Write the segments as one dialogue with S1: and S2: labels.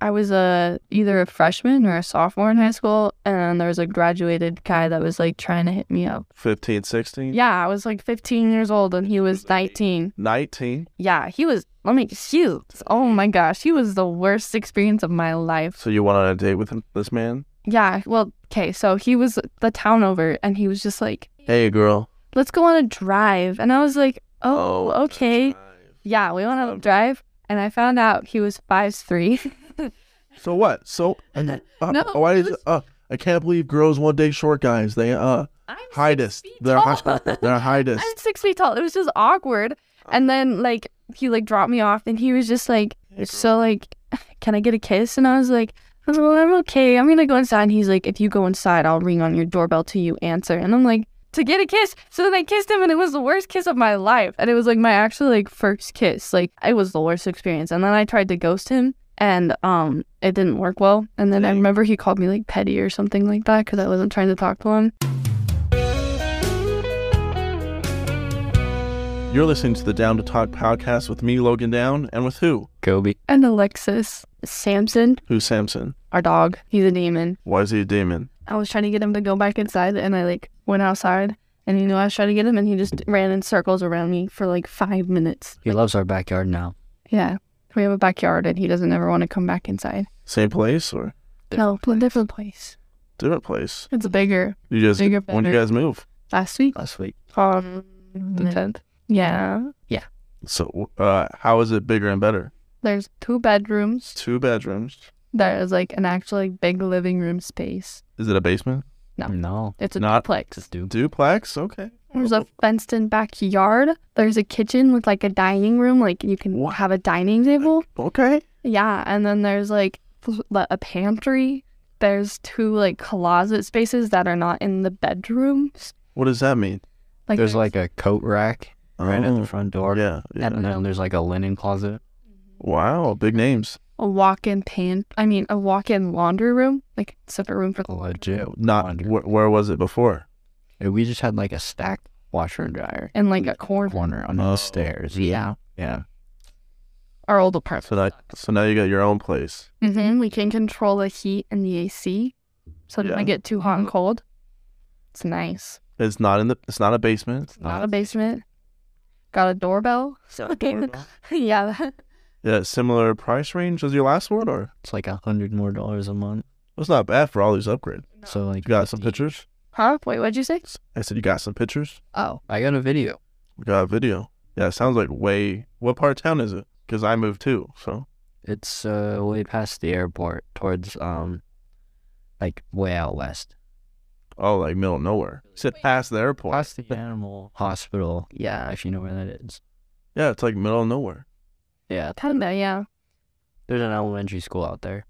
S1: I was a either a freshman or a sophomore in high school, and there was a graduated guy that was like trying to hit me up.
S2: 15, 16?
S1: Yeah, I was like 15 years old, and he was 19.
S2: 19?
S1: Yeah, he was. Let me shoot. Oh my gosh, he was the worst experience of my life.
S2: So you went on a date with him, this man?
S1: Yeah, well, okay, so he was the town over, and he was just like,
S2: Hey, girl.
S1: "Let's go on a drive," and I was like, "Oh, okay, yeah, we went on a
S2: Um,
S1: drive." And I found out he was five three.
S2: So what? So and then, uh,
S1: No,
S2: why
S1: it
S2: is
S1: was-
S2: uh, I can't believe girls one day short guys. They uh hidest. They're hi- they're hidest.
S1: I'm six feet tall. It was just awkward. And then like he like dropped me off and he was just like so like can I get a kiss? And I was like, Oh, I'm okay. I'm gonna go inside and he's like, If you go inside, I'll ring on your doorbell till you answer and I'm like, to get a kiss. So then I kissed him and it was the worst kiss of my life. And it was like my actual like first kiss. Like it was the worst experience. And then I tried to ghost him and um it didn't work well. And then I
S2: Dang.
S1: remember he called me like petty or something like that because I wasn't trying to talk to him.
S2: You're listening to the Down to Talk podcast with me, Logan Down, and with who?
S3: Kobe.
S1: And Alexis Samson,
S2: Who's Samson?
S1: our dog, he's a demon.
S2: Why is he a demon?
S1: I was trying to get him to go back inside and I like went outside and you know I was trying to get him and he just ran in circles around me for like five minutes.
S3: He loves our backyard now.
S1: Yeah. We have a backyard and he doesn't ever want to come back inside.
S2: Same place or
S1: no, but different place.
S2: different place?
S1: It's bigger.
S2: You just
S1: Bigger,
S2: when do you
S1: better.
S2: guys move?
S1: Last week.
S3: Last week.
S1: Um
S3: The tenth.
S1: Yeah.
S2: So uh, how is it bigger and better?
S1: There's two bedrooms.
S2: Two bedrooms.
S1: There's like an actual like, big living room space.
S2: Is it a basement?
S1: No.
S3: No.
S1: It's a
S2: Not-
S1: duplex.
S3: Just do.
S2: Duplex? Okay.
S1: There's a fenced in backyard. There's a kitchen with like a dining room, like you can
S2: What?
S1: have a dining table.
S2: Okay.
S1: Yeah, and then there's like fl- like, a pantry. There's two like closet spaces that are not in the bedrooms.
S2: What does that mean?
S1: Like
S3: There's like a coat rack right at
S2: Oh,
S3: the front door.
S2: Yeah. yeah.
S3: And then there's like a linen closet.
S2: Wow. Big names.
S1: a walk-in pan. I mean, a walk-in laundry room, like separate room for
S3: Legit.
S2: Not
S3: Laundry.
S2: where, where was it before?
S3: And we just had like a stacked washer and dryer
S1: and like a corner.
S3: corner on
S2: Oh.
S3: the stairs. Yeah. Yeah.
S1: Our old apartment.
S2: So now, so now you got your own place.
S1: hmm We can control the heat and the AC, so it
S2: Yeah.
S1: doesn't get too hot and cold. It's nice.
S2: It's not in the. It's not a basement.
S1: Not a basement. Got a doorbell. So yeah. that-
S2: Yeah. Similar price range as your last one, or
S3: It's like a hundred more dollars a month.
S2: that's not bad for all these upgrades.
S3: So like
S2: You got some
S3: 50.
S2: pictures.
S1: Huh? Wait, what'd you say?
S2: I said you got some pictures.
S3: Oh, I got a video.
S2: We got a video. Yeah. It sounds like way. What part of town is it? Because I moved too. So
S3: It's uh way past the airport towards um like way out west.
S2: oh, like middle of nowhere. Sit past the airport.
S3: Past the animal hospital. Yeah, if you know where that is.
S2: Yeah. It's like middle of nowhere.
S3: Yeah.
S1: Kinda, yeah.
S3: There's an elementary school out there.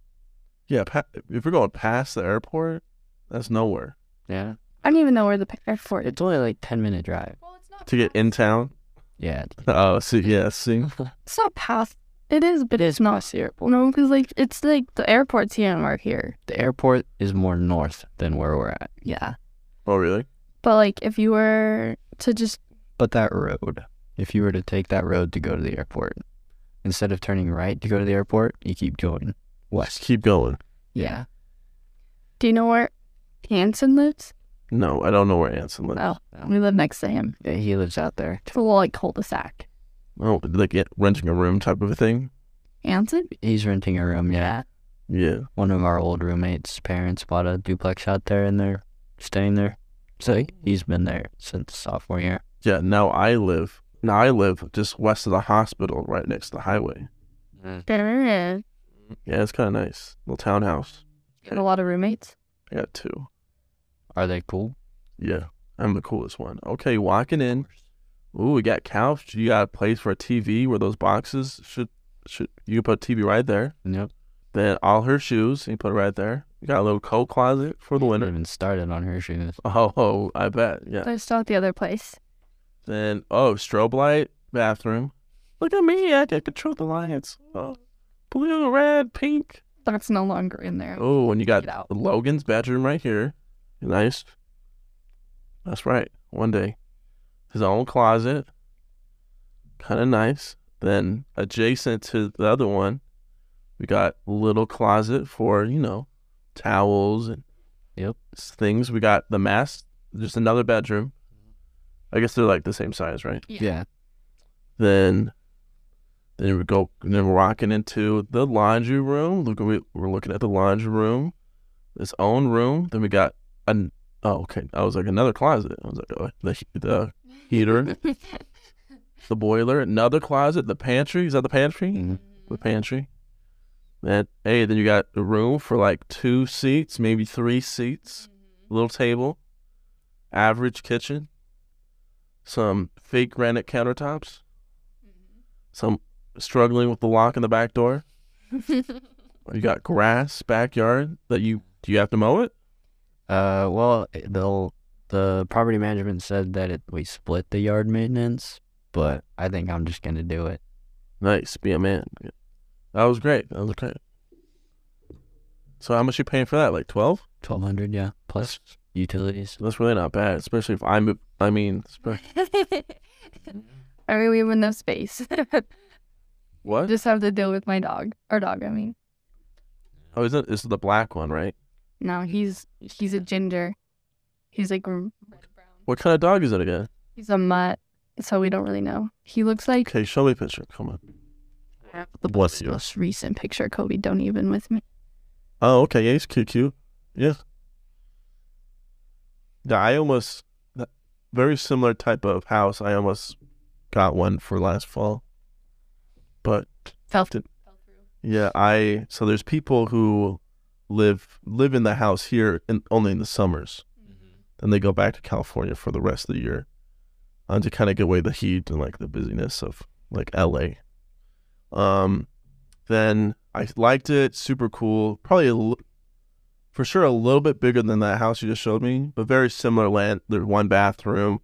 S2: Yeah. Pa- if you're going past the airport, that's nowhere
S3: Yeah.
S1: I don't even know where the pa- airport is.
S3: It's only like ten minute drive.
S1: Well, it's not
S2: to get in town.
S3: Yeah.
S2: Oh, see, yeah, see.
S1: It's not past. It is, but it's not here. No, because like it's like the airport's here and we're here.
S3: The airport is more north than where we're at. Yeah.
S2: Oh, really?
S1: But like if you were to just
S3: But that road, if you were to take that road to go to the airport, instead of turning right to go to the airport, you keep going
S2: Let's
S3: west.
S2: keep going.
S3: Yeah.
S1: do you know where Hanson lives?
S2: No, I don't know where Anson lives.
S1: No, we live next to him.
S3: yeah he lives out there.
S1: It's a little like cul-de-sac.
S2: Oh, like yeah, renting a room type of a thing.
S1: Hanson?
S3: He's renting a room. Yeah.
S2: Yeah.
S3: One of our old roommates' parents bought a duplex out there and they're staying there. So he's been there since sophomore year.
S2: Yeah. Now I live. Now I live just west of the hospital, right next to the highway.
S3: Mm.
S1: Got
S2: Yeah, it's kind of nice. Little townhouse.
S1: a lot of roommates.
S2: I got two.
S3: Are they cool?
S2: Yeah, I'm the coolest one. Okay, walking in. Ooh, we got couch. You got a place for a TV where those boxes should should you put a TV right there.
S3: Nope.
S2: Then all her shoes, you put it right there. You got a little coat closet for the
S3: Not
S2: winter.
S3: even started on her shoes.
S2: Oh, oh, I bet. Yeah.
S1: They're still at the other place.
S2: Then oh, strobe light bathroom. Look at me, I can control the lights. Oh, blue, red, pink.
S1: That's no longer in there.
S2: Oh, and you got
S1: Get out.
S2: Logan's bedroom right here. Nice. That's right. One day, his own closet. Kind of nice. Then adjacent to the other one, We got little closet for you know towels and
S3: Yep.
S2: s- things. We got the mask, just another bedroom. I guess they're like the same size, right?
S1: Yeah.
S3: Yeah.
S2: Then, then we go. Then we're walking into the laundry room. Look, we we're looking at the laundry room, its own room. Then we got an oh okay. I was like another closet. I was like oh, the he- the heater, the boiler, another closet, the pantry. Is that the pantry?
S3: Mhm.
S1: Mm-hmm.
S2: the pantry. That hey, then you got a room for like two seats, maybe three seats, little table, average kitchen, some fake granite countertops, some struggling with the lock in the back door. You got grass backyard that you do you have to mow it?
S3: Uh, well, it- they'll the property management said that it we split the yard maintenance, but I think I'm just gonna do it.
S2: Nice, be a man. Yeah. That was great. That was great. So how much you paying for that? Like twelve?
S3: Twelve hundred, yeah, plus utilities.
S2: That's really not bad, especially if I move. I mean, spe-
S1: I mean, we have enough space.
S2: what?
S1: Just have to deal with my dog. Our dog, I mean.
S2: Oh, is it? This is the black one, right?
S1: No, he's he's a ginger. He's like r-
S2: What kind of dog is it again?
S1: he's a mutt, so we don't really know. He looks like
S2: Okay, show me a picture. Come on.
S1: the
S2: Bless you.
S1: most recent picture. Kobe, don't even with me.
S2: Oh, okay. Yeah, he's cute, cute. Yeah. Yeah, I almost that- very similar type of house. I almost got one for last fall, but
S1: Fell
S2: Did- yeah, I so there's people who live live in the house here in, only in the summers, then they go back to California for the rest of the year, uh, to kind of get away the heat and like the busyness of like LA. Um, then I liked it. Super cool. Probably a l- for sure a little bit bigger than that house you just showed me, but very similar land. There's one bathroom,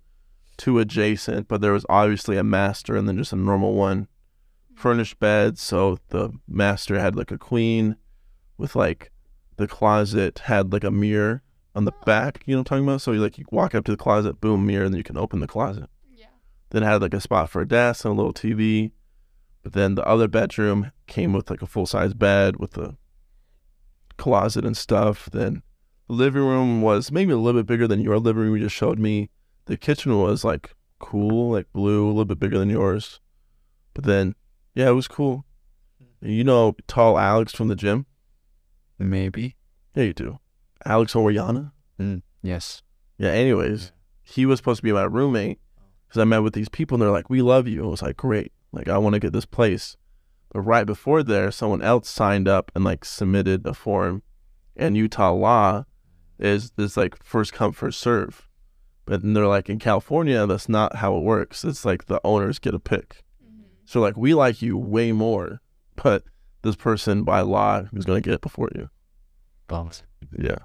S2: two adjacent, but there was obviously a master and then just a normal one. Furnished bed. So the master had like a queen with like the closet had like a mirror on the back, you know what I'm talking about? So you like you walk up to the closet, boom, mirror, and then you can open the closet.
S1: Yeah.
S2: Then it had like a spot for a desk and a little TV. But then the other bedroom came with like a full size bed with a closet and stuff. Then the living room was maybe a little bit bigger than your living room you just showed me. The kitchen was like cool, like blue, a little bit bigger than yours. But then, yeah, it was cool. You know, tall Alex from the gym.
S3: Maybe.
S2: Yeah, you do. Alex Oriana.
S3: Yes.
S2: Yeah. Anyways, he was supposed to be my roommate because I met with these people and they're like, "We love you." I was like, "Great!" Like, I want to get this place. But right before there, someone else signed up and like submitted a form, and Utah law is is like first come first serve. But then they're like in California, that's not how it works. It's like the owners get a pick.
S1: Mm-hmm.
S2: So like we like you way more, but this person by law is going to get it before you.
S3: Bums.
S2: Yeah.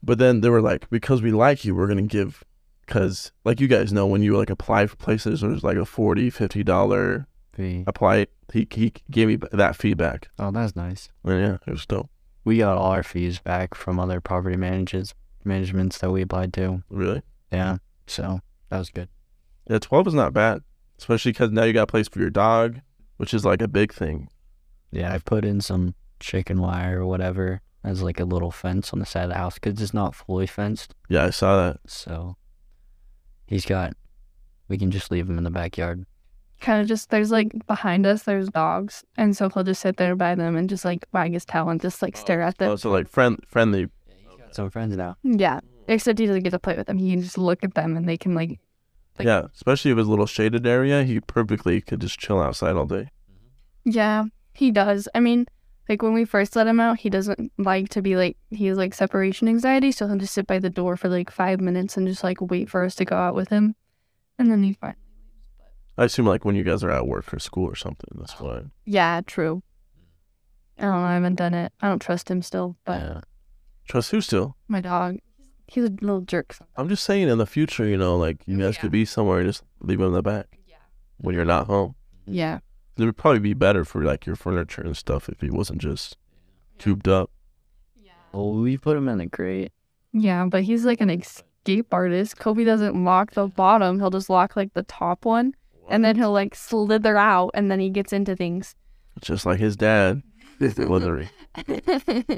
S2: But then they were like, because we like you, we're going to give, because like you guys know, when you like apply for places, there's like a 40 $50
S3: Fee.
S2: apply. He, he gave me that feedback.
S3: Oh, that's nice.
S2: And yeah, it was dope.
S3: We got all our fees back from other property managers managements that we applied to.
S2: Really?
S3: Yeah. So that was good.
S2: Yeah, 12 is not bad, especially because now you got a place for your dog, which is like a big thing.
S3: Yeah, I put in some chicken wire or whatever as like a little fence on the side of the house because it's not fully fenced.
S2: Yeah, I saw that.
S3: So he's got. We can just leave him in the backyard.
S1: Kind of just there's like behind us there's dogs, and so he'll just sit there by them and just like wag his tail and just like stare at them.
S2: Oh, so like friend, friendly.
S3: Got some friends now.
S1: Yeah. Except he doesn't get to play with them. He can just look at them and they can like Like-
S2: yeah, especially if it's a little shaded area, he perfectly could just chill outside all day.
S1: Yeah, he does. I mean, like when we first let him out, he doesn't like to be like he has like separation anxiety, so he'll just sit by the door for like five minutes and just like wait for us to go out with him, and then he's fine.
S2: I assume like when you guys are at work or school or something, that's why.
S1: Yeah, true. I don't know. I haven't done it. I don't trust him still, but
S3: Yeah.
S2: Trust who still?
S1: my dog, he's a little jerk.
S2: I'm just saying, in the future, you know, like you
S1: Oh,
S2: guys
S1: yeah.
S2: could be somewhere and just leave them in the back
S1: Yeah.
S2: when you're not home.
S1: Yeah.
S2: It would probably be better for like your furniture and stuff if he wasn't just cooped up.
S3: Well, we put him in the crate.
S1: Yeah, but he's like an escape artist. Kobe doesn't lock the bottom. He'll just lock like the top one, and then he'll like slither out, and then he gets into things.
S2: just like his dad, Slithery.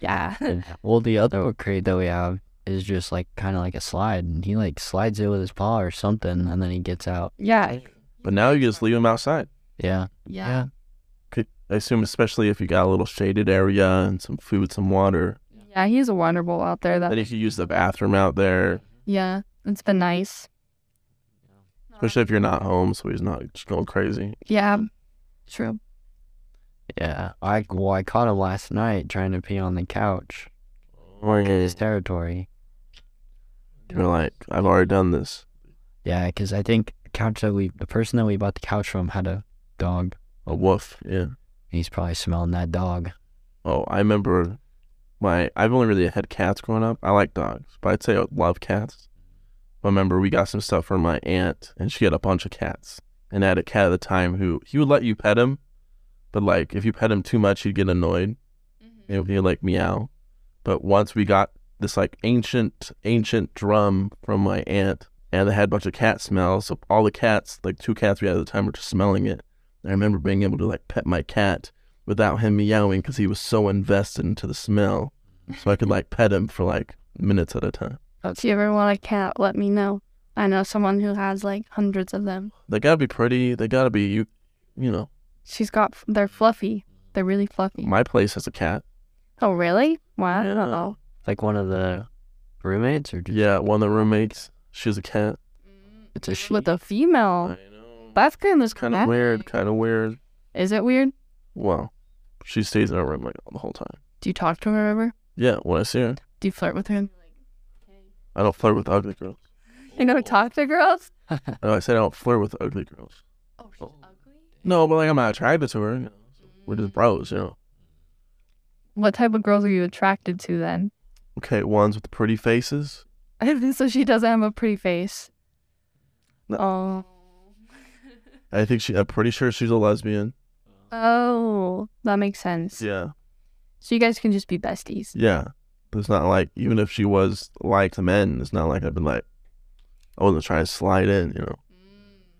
S1: yeah.
S3: Yeah. Well, the other crate that we have is just like kind of like a slide, and he like slides it with his paw or something, and then he gets out.
S1: Yeah.
S2: But now you just leave him outside.
S3: Yeah.
S1: Yeah.
S2: Could, I assume, especially if you got a little shaded area and some food, some water.
S1: Yeah, he's a wonder ball out there.
S2: Then
S1: That
S2: you could use the bathroom out there,
S1: yeah, it's been nice.
S2: especially if you're not home, so he's not just going crazy.
S1: Yeah, true.
S3: Yeah. I well, I caught him last night trying to pee on the couch in his territory.
S2: You're like, I've already done this.
S3: Yeah, because I think the couch that we, the person that we bought the couch from, had a dog.
S2: A wolf. Yeah.
S3: He's probably smelling that dog.
S2: Oh, I remember my. I've only really had cats growing up. I like dogs, but I'd say I love cats. I remember we got some stuff from my aunt, and she had a bunch of cats, and I had a cat at the time who he would let you pet him, but like if you pet him too much, he'd get annoyed. He would he'd like meow. But once we got this like ancient, ancient drum from my aunt, and it had a bunch of cat smells. So all the cats, like two cats we had at the time, were just smelling it. And I remember being able to like pet my cat without him meowing because he was so invested into the smell. So I could like pet him for like minutes at a time.
S1: If you ever want a cat, let me know. I know someone who has like hundreds of them.
S2: They gotta be pretty. They gotta be you. You know,
S1: She's got f- they're fluffy. They're really fluffy.
S2: my place has a cat.
S1: Oh really? Wow.
S2: Yeah.
S3: Like one of the roommates, or just,
S2: Yeah, one of the roommates. She's a cat.
S3: it's a she.
S1: With a female. That's kind of
S2: Kind of weird. Kind of weird.
S1: Is it weird?
S2: Well, she stays in our room like the whole time.
S1: Do you talk to her ever?
S2: Yeah, when I see her,
S1: Do you flirt with her?
S2: I don't flirt with ugly girls.
S1: You know, talk to girls.
S2: No, I said I don't flirt with ugly girls.
S1: Oh, she's ugly. Mm.
S2: No, but like I'm not attracted to her. you know. We're just bros, you know.
S1: What type of girls are you attracted to then?
S2: Okay, ones with pretty faces.
S1: so she doesn't have a pretty face.
S2: No.
S1: Oh.
S2: I think she. I'm pretty sure she's a lesbian.
S1: Oh, that makes sense.
S2: Yeah,
S1: So you guys can just be besties.
S2: yeah. But it's not like even if she was like men, it's not like I've been like, I wasn't trying to slide in, you know.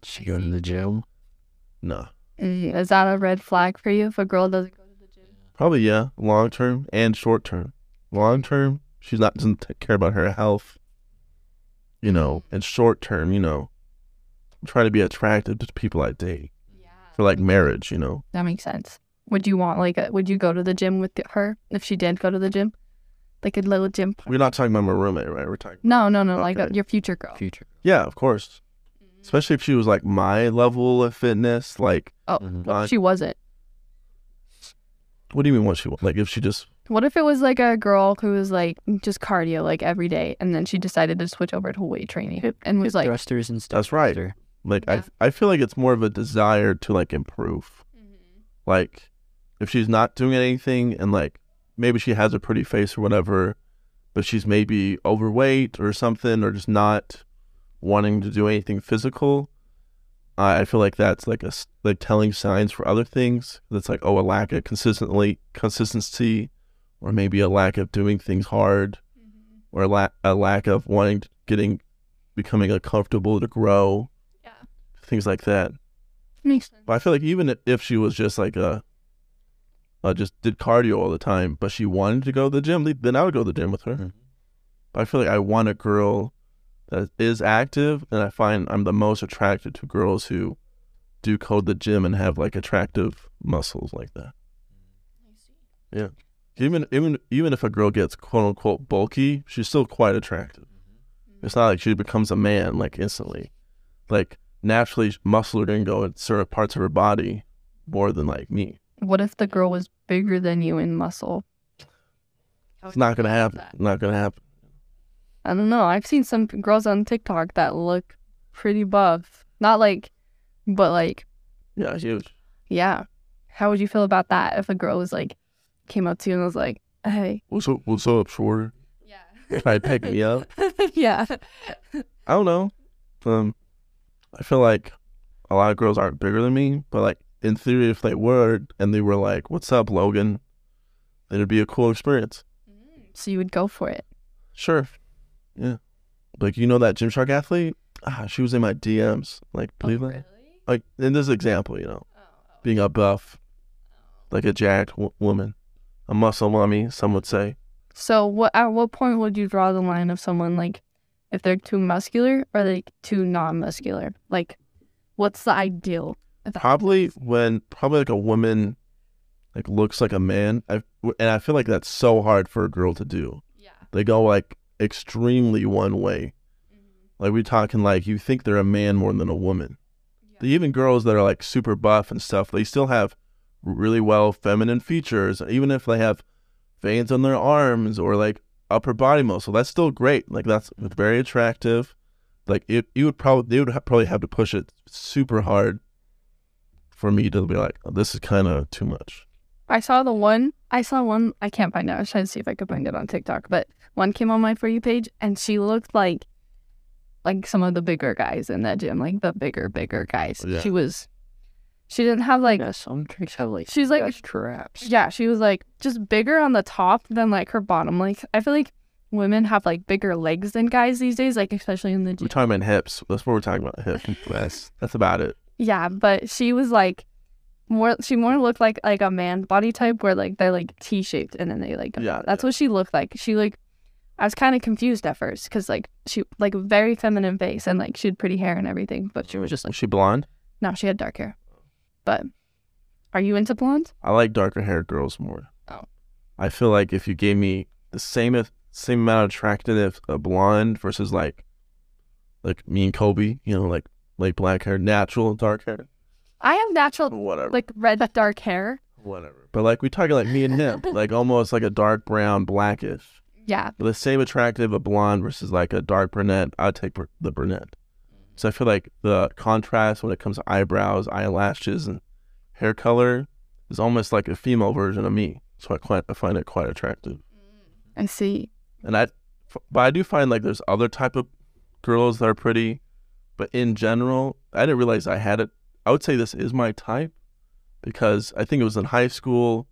S3: she go to the gym.
S2: No, Mm-hmm.
S1: Mm, Is that a red flag for you if a girl doesn't go to the gym?
S2: probably yeah. Long term and short term. Long term, she's not doesn't t- care about her health. You know, and short term, you know, I'm trying to be attractive to people I date for like marriage. You know,
S1: That makes sense. Would you want like a, would you go to the gym with the- her if she did go to the gym? Like a little gym.
S2: we're not talking about my roommate, right? We're talking.
S1: No, no, no, like a,
S2: Okay.
S1: your future girl. Mm-hmm.
S3: Future.
S2: Yeah, of course. Especially if she was like my level of fitness. Like,
S1: Oh.
S3: Mhm.
S2: God,
S1: She wasn't.
S2: what do you mean what she wa- Like, if she just,
S1: What if it was like a girl who was like just cardio like every day and then she decided to switch over to weight training and was like
S3: thrusters and stuff.
S2: That's right. like,
S1: Yeah.
S2: I, I feel like it's more of a desire to like improve.
S1: Mm-hmm.
S2: Like, if she's not doing anything and like maybe she has a pretty face or whatever, but she's maybe overweight or something or just not wanting to do anything physical. I I feel like that's like a s- like telling signs for other things. That's like oh a lack of consistently consistency, or maybe a lack of doing things hard,
S1: Mm-hmm.
S2: or a, la- a lack of wanting to getting becoming like, comfortable to grow.
S1: Yeah.
S2: Things like that.
S1: makes sense.
S2: But I feel like even if she was just like a, uh, just did cardio all the time, but she wanted to go to the gym, then I would go to the gym with her.
S3: Mhm.
S2: But I feel like I want a girl that is active, and I find I'm the most attracted to girls who do code the gym and have like attractive muscles like that. Yeah. Even even even if a girl gets quote unquote bulky, she's still quite attractive.
S1: Mm-hmm.
S2: It's not like she becomes a man like instantly. Like naturally, muscle are gonna go at certain parts of her body more than like me.
S1: What if the girl was bigger than you in muscle?
S2: It's not gonna happen. Not gonna happen.
S1: I don't know. I've seen some girls on TikTok that look pretty buff. Not like, but like,
S2: Yeah, huge.
S1: yeah. How would you feel about that if a girl was like, came up to you and was like, hey?
S2: What's up? What's up, shorter?
S1: Yeah. Mm.
S2: Try to pick me up.
S1: yeah.
S2: I don't know. Um, I feel like a lot of girls aren't bigger than me, but like in theory, if they were and they were like, "What's up, Logan?" then it'd be a cool experience.
S1: So you would go for it.
S2: Sure. Yeah. Like you know that Gymshark athlete? Ah, she was
S1: Oh,
S2: in my DMs. Like believe that. Like in this example, you know, being a buff
S1: oh.
S2: like a jacked w- woman, a muscle mummy, some would say.
S1: So what at what point would you draw the line of someone like if they're too muscular or like too non-muscular? Like what's the ideal? If that-
S2: Probably when probably like a woman, like looks like a man. I and I feel like that's so hard for a girl to do.
S1: Yeah.
S2: They go like extremely one way. Like we're talking like you think they're a man more than a woman. The Even girls that are like super buff and stuff, they still have really well feminine features. Even if they have veins on their arms or like upper body muscle, that's still great. Like that's
S1: Mm-hmm.
S2: very attractive. Like it, you would probably they would ha- probably have to push it super hard for me to be like, oh, this is kind of too much.
S1: I saw the one. I saw one. I can't find it. I was trying to see if I could find it on TikTok, but one came on my for you page, and she looked like, like some of the bigger guys in that gym, like the bigger, bigger guys.
S2: Yeah.
S1: She was, she didn't have like,
S3: yeah, some tricks have like
S1: She's like-
S3: stretch traps.
S1: yeah, she was like just bigger on the top than like her bottom. Like I feel like women have like bigger legs than guys these days, like especially in the
S2: We're
S1: gym.
S2: talking about hips. That's what we're talking about. Hips. that's that's about it.
S1: Yeah, but she was like more she more looked like like a man body type where like they're like T-shaped and then they like
S2: Yeah,
S1: that's what she looked like. She like I was kind of confused at first cuz like she like very feminine face and like she had pretty hair and everything, but she was just
S2: Was
S1: like
S2: she blonde?
S1: no, she had dark hair. But are you into blonde?
S2: I like darker haired girls more.
S1: Oh.
S2: I feel like if you gave me the same if, same amount of attractiveness a blonde versus like like me and Kobe, you know, like like black hair, natural dark hair,
S1: I have natural
S2: whatever,
S1: like red dark hair.
S2: whatever. But like we talking like me and him, like almost like a dark brown, blackish.
S1: Yeah.
S2: But the same attractive a blonde versus like a dark brunette. I would take br- the brunette. So I feel like the contrast when it comes to eyebrows, eyelashes, and hair color is almost like a female version of me. So I quite I find it quite attractive.
S1: I see.
S2: and I, f- but I do find like there's other type of girls that are pretty, but in general, I didn't realize I had it. I would say this is my type because I think it was in high school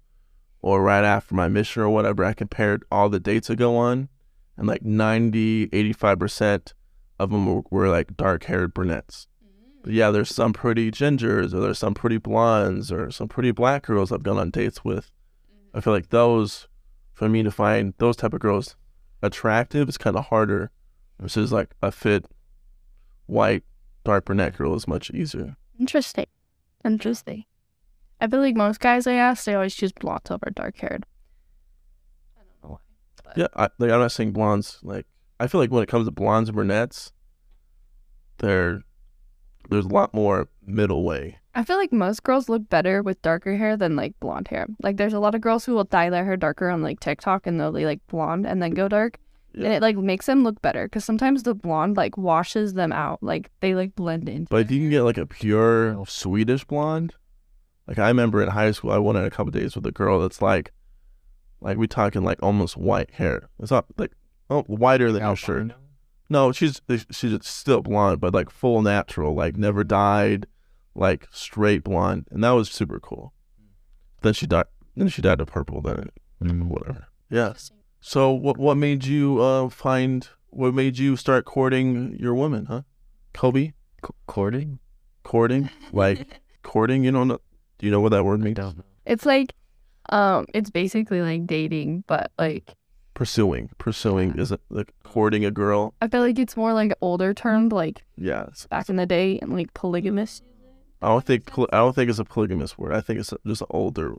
S2: or right after my mission or whatever. I compared all the dates I go on, and like 90, 85 percent of them were, were like dark haired brunettes. But yeah, there's some pretty gingers or there's some pretty blondes or some pretty black girls I've gone on dates with. I feel like those, for me to find those type of girls attractive is kind of harder versus like a fit white dark brunette girl is much easier
S1: Interesting. Interesting. I feel like most guys I ask, they always choose blonde over dark haired.
S2: yeah I, like i'm not saying blondes like i feel like when it comes to blondes and brunettes there there's a lot more middle way
S1: I feel like most girls look better with darker hair than like blonde hair. Like there's a lot of girls who will dye their hair darker on like TikTok and they'll be like blonde and then go dark. And
S2: Yeah.
S1: it like makes them look better because sometimes the blonde like washes them out. Like they like blend in.
S2: but if you can get like a pure swedish blonde like i remember in high school i went on a couple days with a girl that's like like we talking like almost white hair it's not like oh whiter than your shirt
S3: Albino?
S2: No, she's she's still blonde, but like full natural, like never dyed, like straight blonde, and that was super cool. Then she died. Then she died to purple. Then
S3: Mm.
S2: whatever. Yeah. So what what made you uh find what made you start courting your woman, huh? Kobe
S3: Co- courting?
S2: courting like courting. You don't know? Do you know what that word means?
S3: Don't know.
S1: It's like, um, it's basically like dating, but like
S2: Pursuing. Pursuing is it like courting a girl?
S1: I feel like it's more like older term, like
S2: Yeah. it's-
S1: back in the day and like polygamous.
S2: I don't think pol- I don't think it's a polygamous word. I think it's just an older.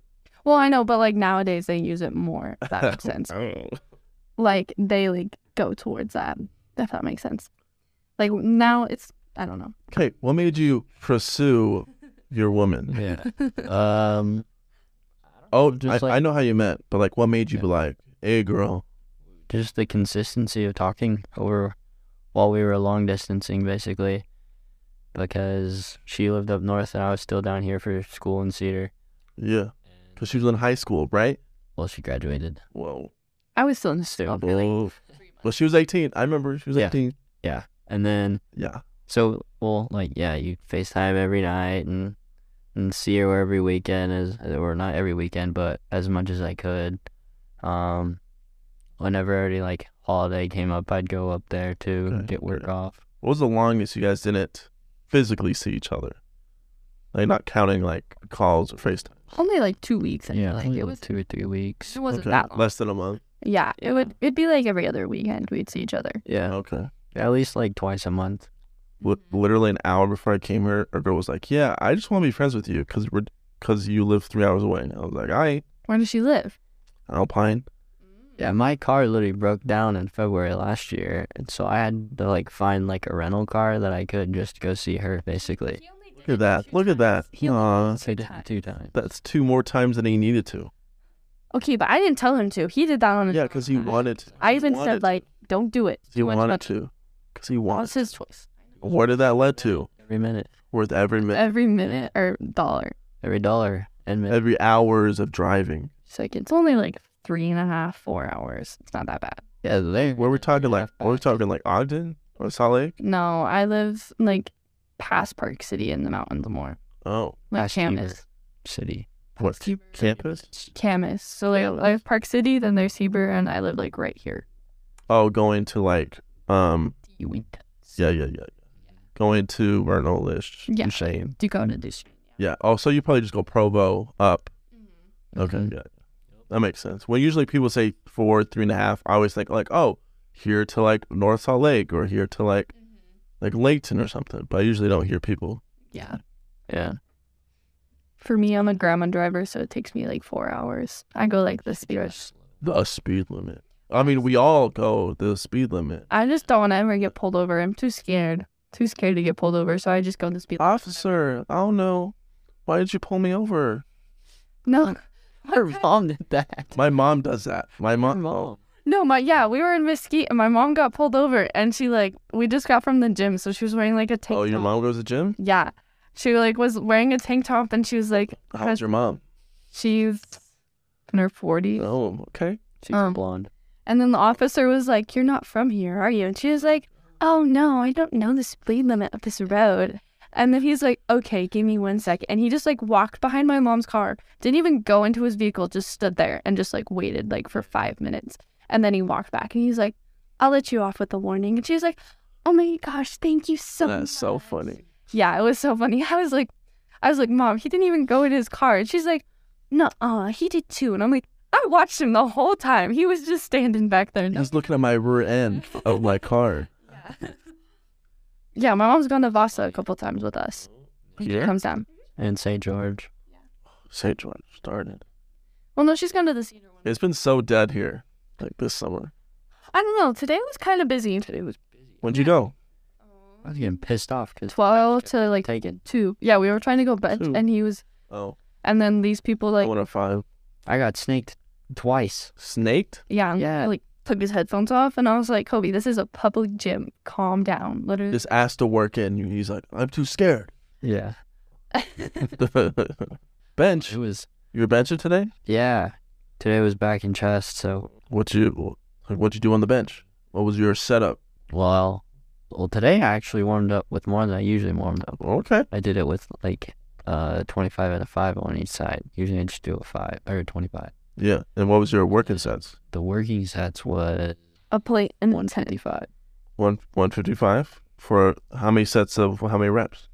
S1: Well, I know, but like nowadays they use it more, if that makes sense.
S2: Oh.
S1: Like they like go towards that, if that makes sense. Like now it's, I don't know.
S2: Okay, what made you pursue your woman?
S3: Yeah. um,
S2: Oh,
S3: Just
S2: I,
S3: like-
S2: I know how you met, but like, what made you be like, "Hey, girl"?
S3: just the consistency of talking over while we were long distancing, basically, because she lived up north and I was still down here for school in Cedar.
S2: Yeah, because she was in high school, right?
S3: Well, she graduated.
S2: Whoa.
S1: I was still in school.
S2: Whoa. Well, she was 18. I remember she was
S3: Yeah.
S2: 18.
S3: And then
S2: Yeah.
S3: So, well, like, yeah, you FaceTime every night and and see her every weekend, as or not every weekend, but as much as I could. Um, whenever already like holiday came up, I'd go up there to
S2: Okay,
S3: get work
S2: okay.
S3: off.
S2: What was the longest you guys didn't physically see each other? Like not counting like calls or FaceTime.
S1: Only like two weeks. I
S3: yeah,
S1: feel like
S3: only
S1: it
S3: like
S1: was.
S3: two or three weeks.
S1: It wasn't
S2: Okay.
S1: that long.
S2: Less than a month.
S1: Yeah, it would. It'd be like every other weekend we'd see each other.
S3: Yeah,
S2: Okay.
S3: at least like twice a month.
S2: Li- literally an hour before I came here, a girl was like, "Yeah, I just want to be friends with you because we're because you live three hours away." And I was like, "All right,
S1: Where does she live?
S2: Alpine."
S3: Yeah, my car literally broke down in February last year, and so I had to like find like a rental car that I could just go see her. Basically,
S2: Look at that. Look at that. Aw,
S3: so I did it two times.
S2: that's two more times than he needed to.
S1: Okay, but I didn't tell him to. He did that on his.
S2: Yeah, because he wanted. To.
S1: Oh I
S2: He
S1: even
S2: wanted
S1: said
S2: to.
S1: like, "Don't do it."
S2: he
S1: Too much
S2: wanted
S1: money.
S2: to, because he
S1: That
S2: wanted.
S1: was his choice.
S2: Where did that lead to?
S3: every minute,
S2: Worth every minute,
S1: Every minute or dollar.
S3: every dollar, and minute.
S2: every hours of driving.
S1: It's like it's only like three and a half, four hours. It's not that bad.
S3: yeah, there.
S2: Where we talking like?
S3: Yeah,
S2: Were we talking like Ogden or Salt Lake?
S1: No, I live like past Park City in the mountains more.
S2: Oh,
S1: Like
S3: Past
S1: Camas.
S3: city.
S2: what
S1: Seabird.
S2: campus?
S1: Camas. So like I live Park City, then there's Heber, and I live like right here.
S2: Oh, going to like um
S3: You went.
S2: yeah yeah yeah, going to Vernolish.
S1: Yeah.
S2: Shame.
S1: Dakota District.
S2: Yeah. Oh, so you probably just go Provo up. Okay.
S3: Mhm.
S2: Yeah. That makes sense. Well, usually people say four, three and a half. I always think like, oh, here to like North Salt Lake or here to like like Layton or something. But I usually don't hear people.
S1: Yeah.
S3: Yeah.
S1: For me, I'm a grandma driver, so it takes me like four hours. I go like the speed. rush.
S2: The speed limit. I mean, we all go the speed limit.
S1: I just don't want to ever get pulled over. I'm too scared. Too scared to get pulled over, so I just go the speed.
S2: Officer, I don't know. Why did you pull me over?
S1: No,
S3: Her mom did that.
S2: My mom does that. My
S3: My
S2: mom.
S3: mom.
S1: no, my yeah, we were in Mesquite, and my mom got pulled over, and she like we just got from the gym, so she was wearing like a tank.
S2: Oh, your
S1: top.
S2: mom goes to gym.
S1: Yeah, she like was wearing a tank top, and she was like,
S2: How's your mom?
S1: she's in her 40s.
S2: Oh, okay.
S3: She's
S1: Um,
S3: blonde.
S1: And then the officer was like, You're not from here, are you? And she was like, Oh no, I don't know the speed limit of this road. And then he's like, Okay, give me one second. And he just like walked behind my mom's car, didn't even go into his vehicle, just stood there and just like waited like for five minutes. And then he walked back and he's like, I'll let you off with the warning. And she was like, Oh my gosh, thank you so
S2: That's so
S1: much."
S2: funny.
S1: Yeah, it was so funny. I was like, I was like, Mom, he didn't even go in his car. And she's like, No, uh, he did too. And I'm like, I watched him the whole time. He was just standing back there.
S2: He's looking at my rear end of my car.
S1: Yeah, my mom's gone to Vasa a couple times with us. She comes down.
S3: And St. George.
S2: St. George started.
S1: Well, no, she's gone to the Cedar one.
S2: It's been so dead here, like this summer.
S1: I don't know. Today was kind of busy.
S3: Today was busy.
S2: When'd you go?
S3: I was getting pissed off because
S1: 12 to like
S3: taken.
S1: 2. Yeah, we were trying to go bed,
S2: Two.
S1: and he was,
S2: Oh,
S1: and then these people,
S2: I
S1: like,
S2: went on five.
S3: I got snaked twice.
S2: Snaked?
S1: yeah, and,
S3: Yeah.
S1: like, took his headphones off. And I was like, Kobe, this is a public gym. Calm down. Literally.
S2: Just asked to work in. and He's like, I'm too scared.
S3: Yeah.
S2: Bench.
S3: It was.
S2: You were benching today?
S3: Yeah. Today was back and chest. So,
S2: What you like, What you do on the bench? What was your setup?
S3: well, well, today I actually warmed up with more than I usually warmed up.
S2: Okay.
S3: I did it with like uh 25 out of 5 on each side. Usually I just do a 5 or a 25.
S2: Yeah. And what was your working sets?
S3: The working sets was
S1: a plate and
S3: 155.
S2: One one fifty five for how many sets of how many reps?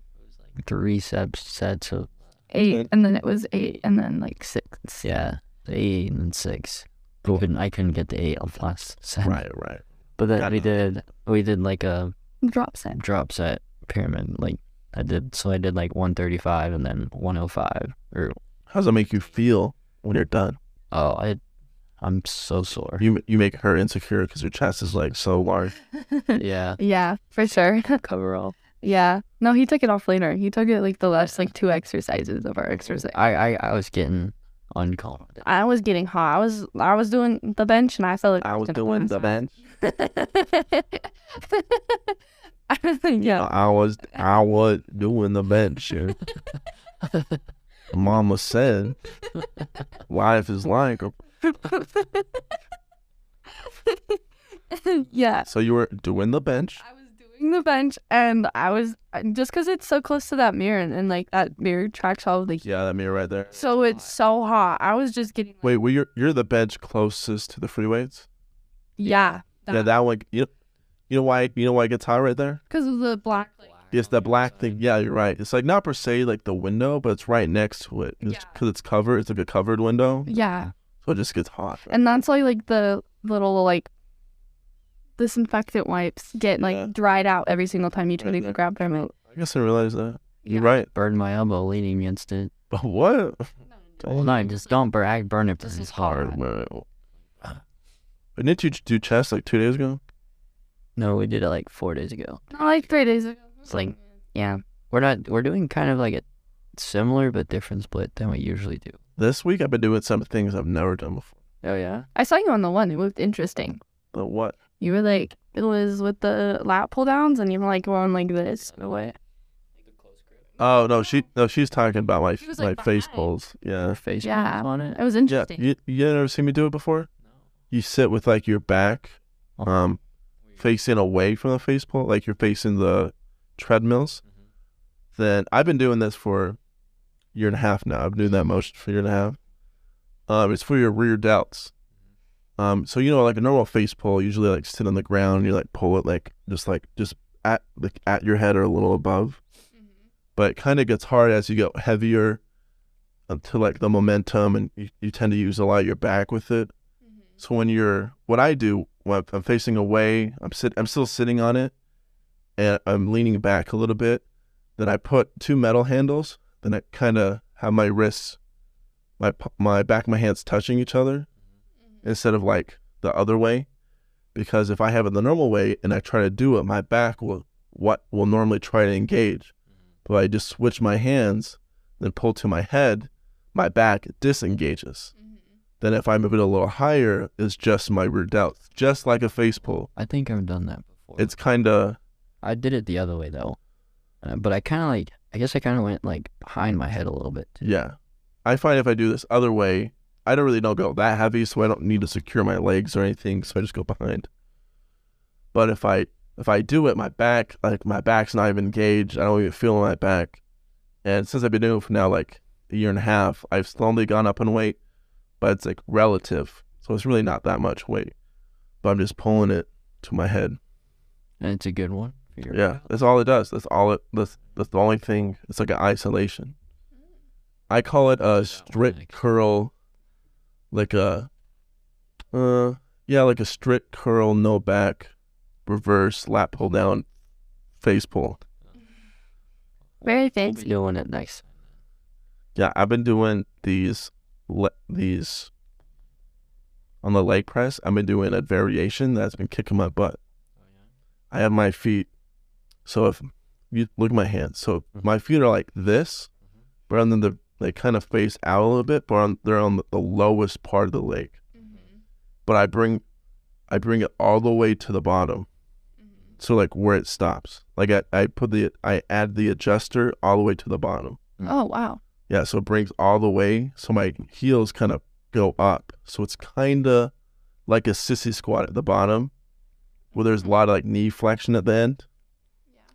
S3: Three sets sets of,
S1: 8. And then it was 8, and then like 6.
S3: yeah, the 8 and 6. Couldn't, I couldn't get the 8 on last set.
S2: Right. Right.
S3: But then
S2: Got
S3: we
S2: it.
S3: did we did like a
S1: Drop set.
S3: drop set pyramid. Like I did so I did like one thirty five and then one oh five. Or
S2: How does that make you feel when you're done?
S3: oh I I'm so sore.
S2: You you make her insecure because your chest is like so large.
S3: yeah.
S1: Yeah, for sure.
S3: Coverall.
S1: Yeah. No, he took it off later. He took it like the last like two exercises of our exercise.
S3: I, I, I was getting unconfident.
S1: I was getting hot. I was I was doing the bench and I felt like
S2: bench.
S1: I was like, yeah.
S2: I was I was doing the bench. yeah. Mama said, "Life is like." a-"
S1: yeah.
S2: So you were doing the bench.
S1: I was doing the bench and I was uh, just because it's so close to that mirror and, and like that mirror tracks all of the heat.
S2: Yeah, that mirror right there.
S1: So it's so hot. I was just getting like,
S2: Wait, well, you're you're the bench closest to the free weights.
S1: yeah.
S2: Yeah, that one. You know, you know why? You know why it gets high right there?
S1: Because of the black. Like,
S2: Yes, that black thing. Yeah, you're right. It's like not per se like the window, but it's right next to it because
S1: Yeah.
S2: it's, covered. It's like a covered window,
S1: Yeah.
S2: so it just gets hot.
S1: And that's why like the little like disinfectant wipes get like
S2: Yeah.
S1: dried out every single time you try
S2: Right
S1: to
S2: there.
S1: go grab them. Like,
S2: I guess I realized that. You're
S1: yeah.
S2: right.
S3: Burned my elbow leaning against it.
S2: But what? Oh,
S3: Well, no, just don't burn. I burn it.
S1: This
S3: burns
S1: is
S3: hard.
S1: hard.
S2: Well, but didn't you do chest like two days ago?
S3: No, we did it like four days ago.
S1: Not like three days ago.
S3: It's like- Yeah, we're not. We're doing kind of like a similar but different split than we usually do.
S2: This week I've been doing some things I've never done before.
S3: Oh yeah.
S1: I saw you on the one. It looked interesting.
S2: But what?
S1: You were like it was with the lap pull downs, and you were like going like this.
S3: No way.
S2: Oh no, she no, she's talking about my
S1: She was,
S2: my
S1: like,
S2: face
S1: behind.
S2: pulls. Yeah,
S3: Her face
S1: Yeah.
S3: yeah. on it.
S1: It was
S2: yeah.
S1: interesting.
S2: You you never seen me do it before? You sit with like your back,
S3: Uh-huh.
S2: um, facing away from the face pull, like you're facing the treadmills. Then I've been doing this for a year and a half now. I've been doing that motion for a year and a half. Um, it's for your rear delts. Um, so you know, like a normal face pull, usually like sit on the ground, and you like pull it like just like just at like at your head or a little above. But it kind of gets hard as you go heavier, until like the momentum, and you, you tend to use a lot of your back with it. So when you're, what I do, when I'm facing away, I'm sit, I'm still sitting on it, and I'm leaning back a little bit. Then I put two metal handles. Then I kind of have my wrists, my p- my back, of my hands touching each other, instead of like the other way, because if I have it the normal way and I try to do it, my back will what will normally try to engage, but I just switch my hands, then pull to my head, my back disengages. Then if I move it a little higher, it's just my rear delts, just like a face pull.
S3: I think I've done that before.
S2: It's kind of
S3: I did it the other way though, uh, but I kind of like. I guess I kind of went like behind my head a little bit. too.
S2: yeah. I find if I do this other way, I don't really don't go that heavy, so I don't need to secure my legs or anything, so I just go behind. But if I if I do it, my back like my back's not even engaged. I don't even feel my back. And since I've been doing it for now like a year and a half, I've slowly gone up in weight, but it's like relative, so it's really not that much weight. But I'm just pulling it to my head.
S3: And it's a good one. for your
S2: Yeah, that's all it does. That's all it. That's that's the only thing. It's like an isolation. I call it a strict
S3: like-
S2: curl, like a, uh, yeah, like a strict curl, no back, reverse lap pull down, face pull.
S1: Very
S3: We'll be
S1: fancy.
S3: doing it next.
S2: Yeah, I've been doing these, le- these. On the leg press, I've been doing a variation that's been kicking my butt. I have my feet. So if you look at my hands, so
S3: Mhm.
S2: my feet are like this, but on the they kind of face out a little bit, but on, they're on the lowest part of the leg. But I bring, I bring it all the way to the bottom, so like where it stops. Like I, I put the I add the adjuster all the way to the bottom.
S1: Oh wow.
S2: Yeah, so it brings all the way, so my heels kind of go up. So it's kind of like a sissy squat at the bottom, where there's a lot of like knee flexion at the end.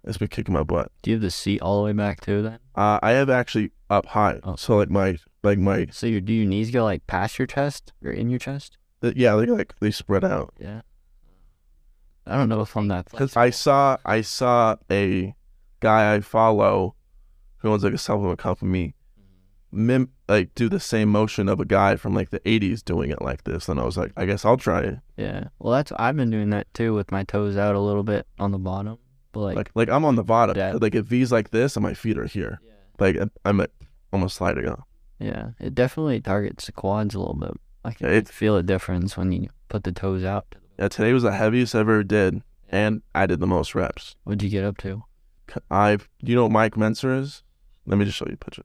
S2: It's been kicking my butt.
S3: Do you have the seat all the way back too then?
S2: Uh, I have actually up high,
S3: Oh.
S2: so like my like my
S3: So your do your knees go like past your chest or in your chest?
S2: th- yeah, they like they spread out.
S3: Yeah. I don't know if I'm that.
S2: Because I saw I saw a guy I follow who owns like a supplement company, mim like do the same motion of a guy from like the '80s doing it like this, and I was like, I guess I'll try it.
S3: Yeah. Well, that's I've been doing that too with my toes out a little bit on the bottom, but like,
S2: Like like I'm on the bottom,
S3: That-
S2: like if V's like this, and my feet are here, like I'm- I'm like almost sliding off.
S3: yeah, it definitely targets the quads a little bit. Like
S2: Yeah,
S3: can
S2: it-
S3: feel a difference when you put the toes out.
S2: Yeah, today was the heaviest I ever did, and I did the most reps.
S3: What'd you get up to?
S2: C- I've do you know what Mike Menser is? Let me just show you a picture.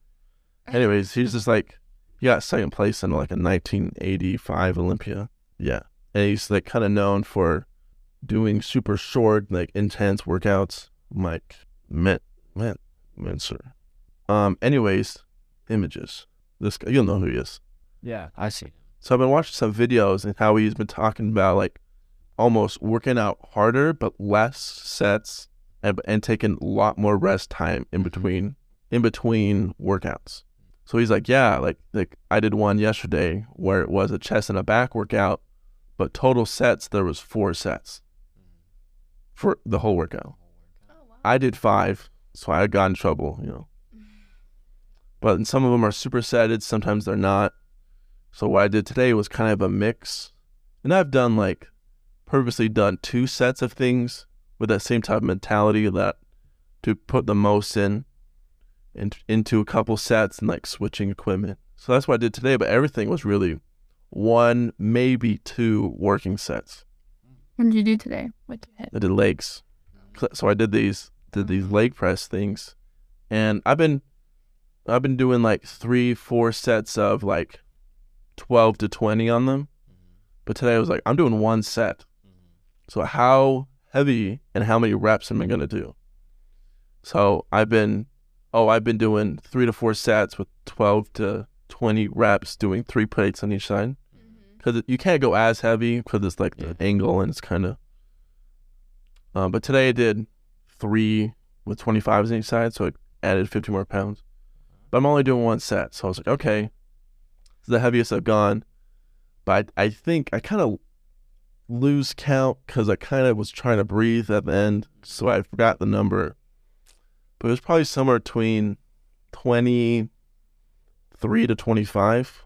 S2: Anyways, he's just like he got second place in like a nineteen eighty five Olympia. Yeah. And he's like kinda known for doing super short, like intense workouts. Mike Met Met Menser. Um anyways, images. This guy you'll know who he is.
S3: Yeah, I see.
S2: So I've been watching some videos and how he's been talking about like almost working out harder but less sets and, and taking a lot more rest time in between in between workouts. So he's like, yeah, like like I did one yesterday where it was a chest and a back workout, but total sets there was four sets for the whole workout. I did five So I got in trouble, you know. But and some of them are super setted, sometimes they're not. So what I did today was kind of a mix. And I've done like purposely done two sets of things with that same type of mentality that to put the most in, in into a couple sets and like switching equipment. So that's what I did today, but everything was really one, maybe two working sets.
S1: What did you do today? What did you hit?
S2: I did legs. So I did these did these leg press things. And I've been I've been doing like three, four sets of like twelve to twenty on them. But today I was like, I'm doing one set. So how heavy and how many reps am I gonna do? So I've been oh, I've been doing three to four sets with twelve to twenty reps doing three plates on each side. Because you can't go as heavy because it's like
S3: Yeah.
S2: the angle and it's kind of. Uh, but today I did three with 25s on each side, so it added 50 more pounds. But I'm only doing one set, so I was like, okay, this is the heaviest I've gone. But I, I think I kind of lose count because I kind of was trying to breathe at the end, so I forgot the number. But it was probably somewhere between 23 to 25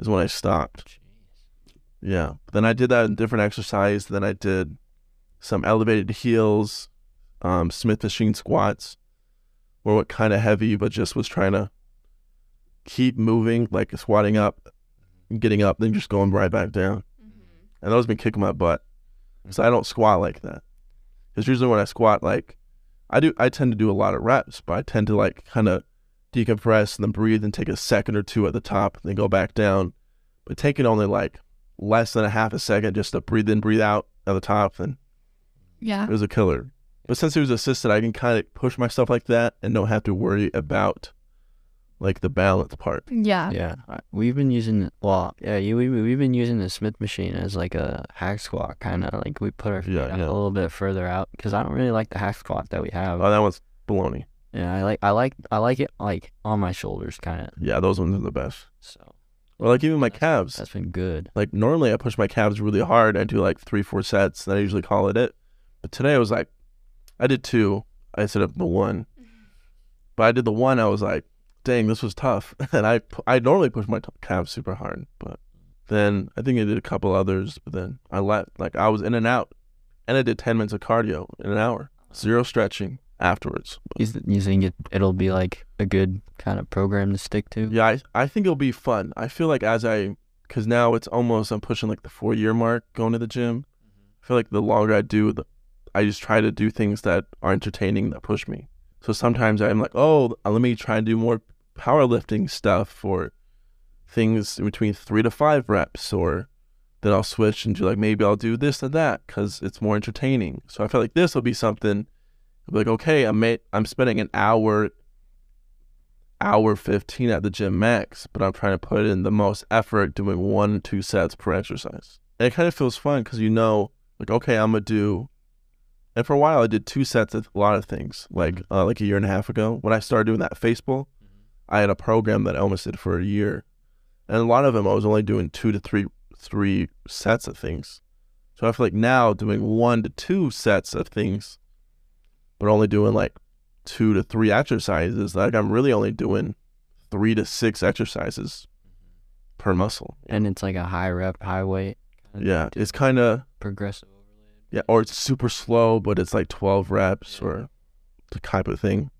S2: is when I stopped. Yeah. Then I did that in different exercise. Then I did some elevated heels, um, Smith machine squats, or what kind of heavy, but just was trying to keep moving, like squatting up, getting up, then just going right back down. And those been kicking my butt. So I don't squat like that. Because usually when I squat, like I do, I tend to do a lot of reps, but I tend to like kind of decompress and then breathe and take a second or two at the top, then go back down. But taking only like less than a half a second just to breathe in, breathe out at the top, then
S1: Yeah.
S2: it was a killer. But since it was assisted, I can kind of push myself like that and don't have to worry about like the balance part.
S1: Yeah.
S3: Yeah, I- we've been using the- well, yeah, you we we've been using the Smith machine as like a hack squat kind of like we put our feet
S2: Yeah,
S3: out
S2: yeah.
S3: a little bit further out because I don't really like the hack squat that we have.
S2: Oh, that one's baloney.
S3: yeah, I like I like I like it like on my shoulders kind of.
S2: Yeah, those ones are the best.
S3: So
S2: Or like even my
S3: that's-
S2: calves.
S3: That's been good.
S2: Like normally I push my calves really hard. I do like three, four sets, and I usually call it it. But today I was like, I did two. I set up the one, but I did the one. I was like, dang, this was tough. And I pu- I normally push my t- calves super hard, but then I think I did a couple others. But then I left. Like I was in and out, and I did ten minutes of cardio in an hour, zero stretching afterwards.
S3: You, th- you think it it'll be like a good kind of program to stick to?
S2: Yeah, I, I think it'll be fun. I feel like as I, because now it's almost, I'm pushing like the four year mark going to the gym. I feel like the longer I do, the, I just try to do things that are entertaining that push me. So sometimes I'm like, oh, let me try and do more powerlifting stuff or things in between three to five reps, or then I'll switch and do like, maybe I'll do this and that because it's more entertaining. So I feel like this will be something like, okay, I'm, ma- I'm spending an hour hour 15 at the gym max, but I'm trying to put in the most effort doing one, two sets per exercise. And it kind of feels fun because you know, like, okay, I'm going to do. And for a while, I did two sets of a lot of things, like uh, like a year and a half ago. When I started doing that face pull, I had a program that I almost did for a year. And a lot of them, I was only doing two to three three sets of things. So I feel like now doing one to two sets of things, but only doing like two to three exercises. Like I'm really only doing three to six exercises per muscle.
S3: And it's like a high rep, high weight. kinda
S2: Yeah,
S3: do
S2: it's kind of
S3: progressive.
S2: yeah, or it's super slow, but it's like twelve reps or the type of thing.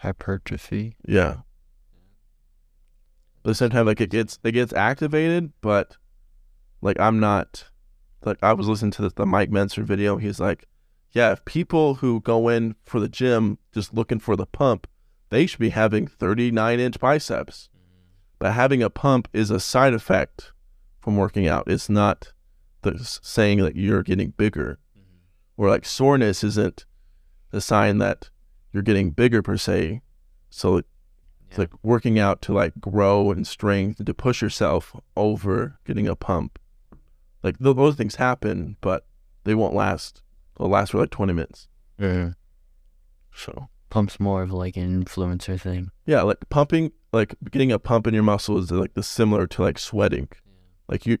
S3: Hypertrophy.
S2: Yeah. But at the same time, like it gets it gets activated, but like I'm not like I was listening to the, the Mike Menser video. He's like, yeah, if people who go in for the gym just looking for the pump, they should be having 39 inch biceps. But having a pump is a side effect from working out. It's not the s- saying that you're getting bigger, or like soreness isn't a sign that you're getting bigger per se. So it- it's
S3: Yeah.
S2: like working out to like grow and strength and to push yourself over getting a pump. Like th- those things happen, but they won't last. They'll last for like 20 minutes.
S3: Yeah.
S2: So
S3: uh, Pumps more of like an influencer thing.
S2: yeah, like pumping, like getting a pump in your muscle is like the similar to like sweating. Like you,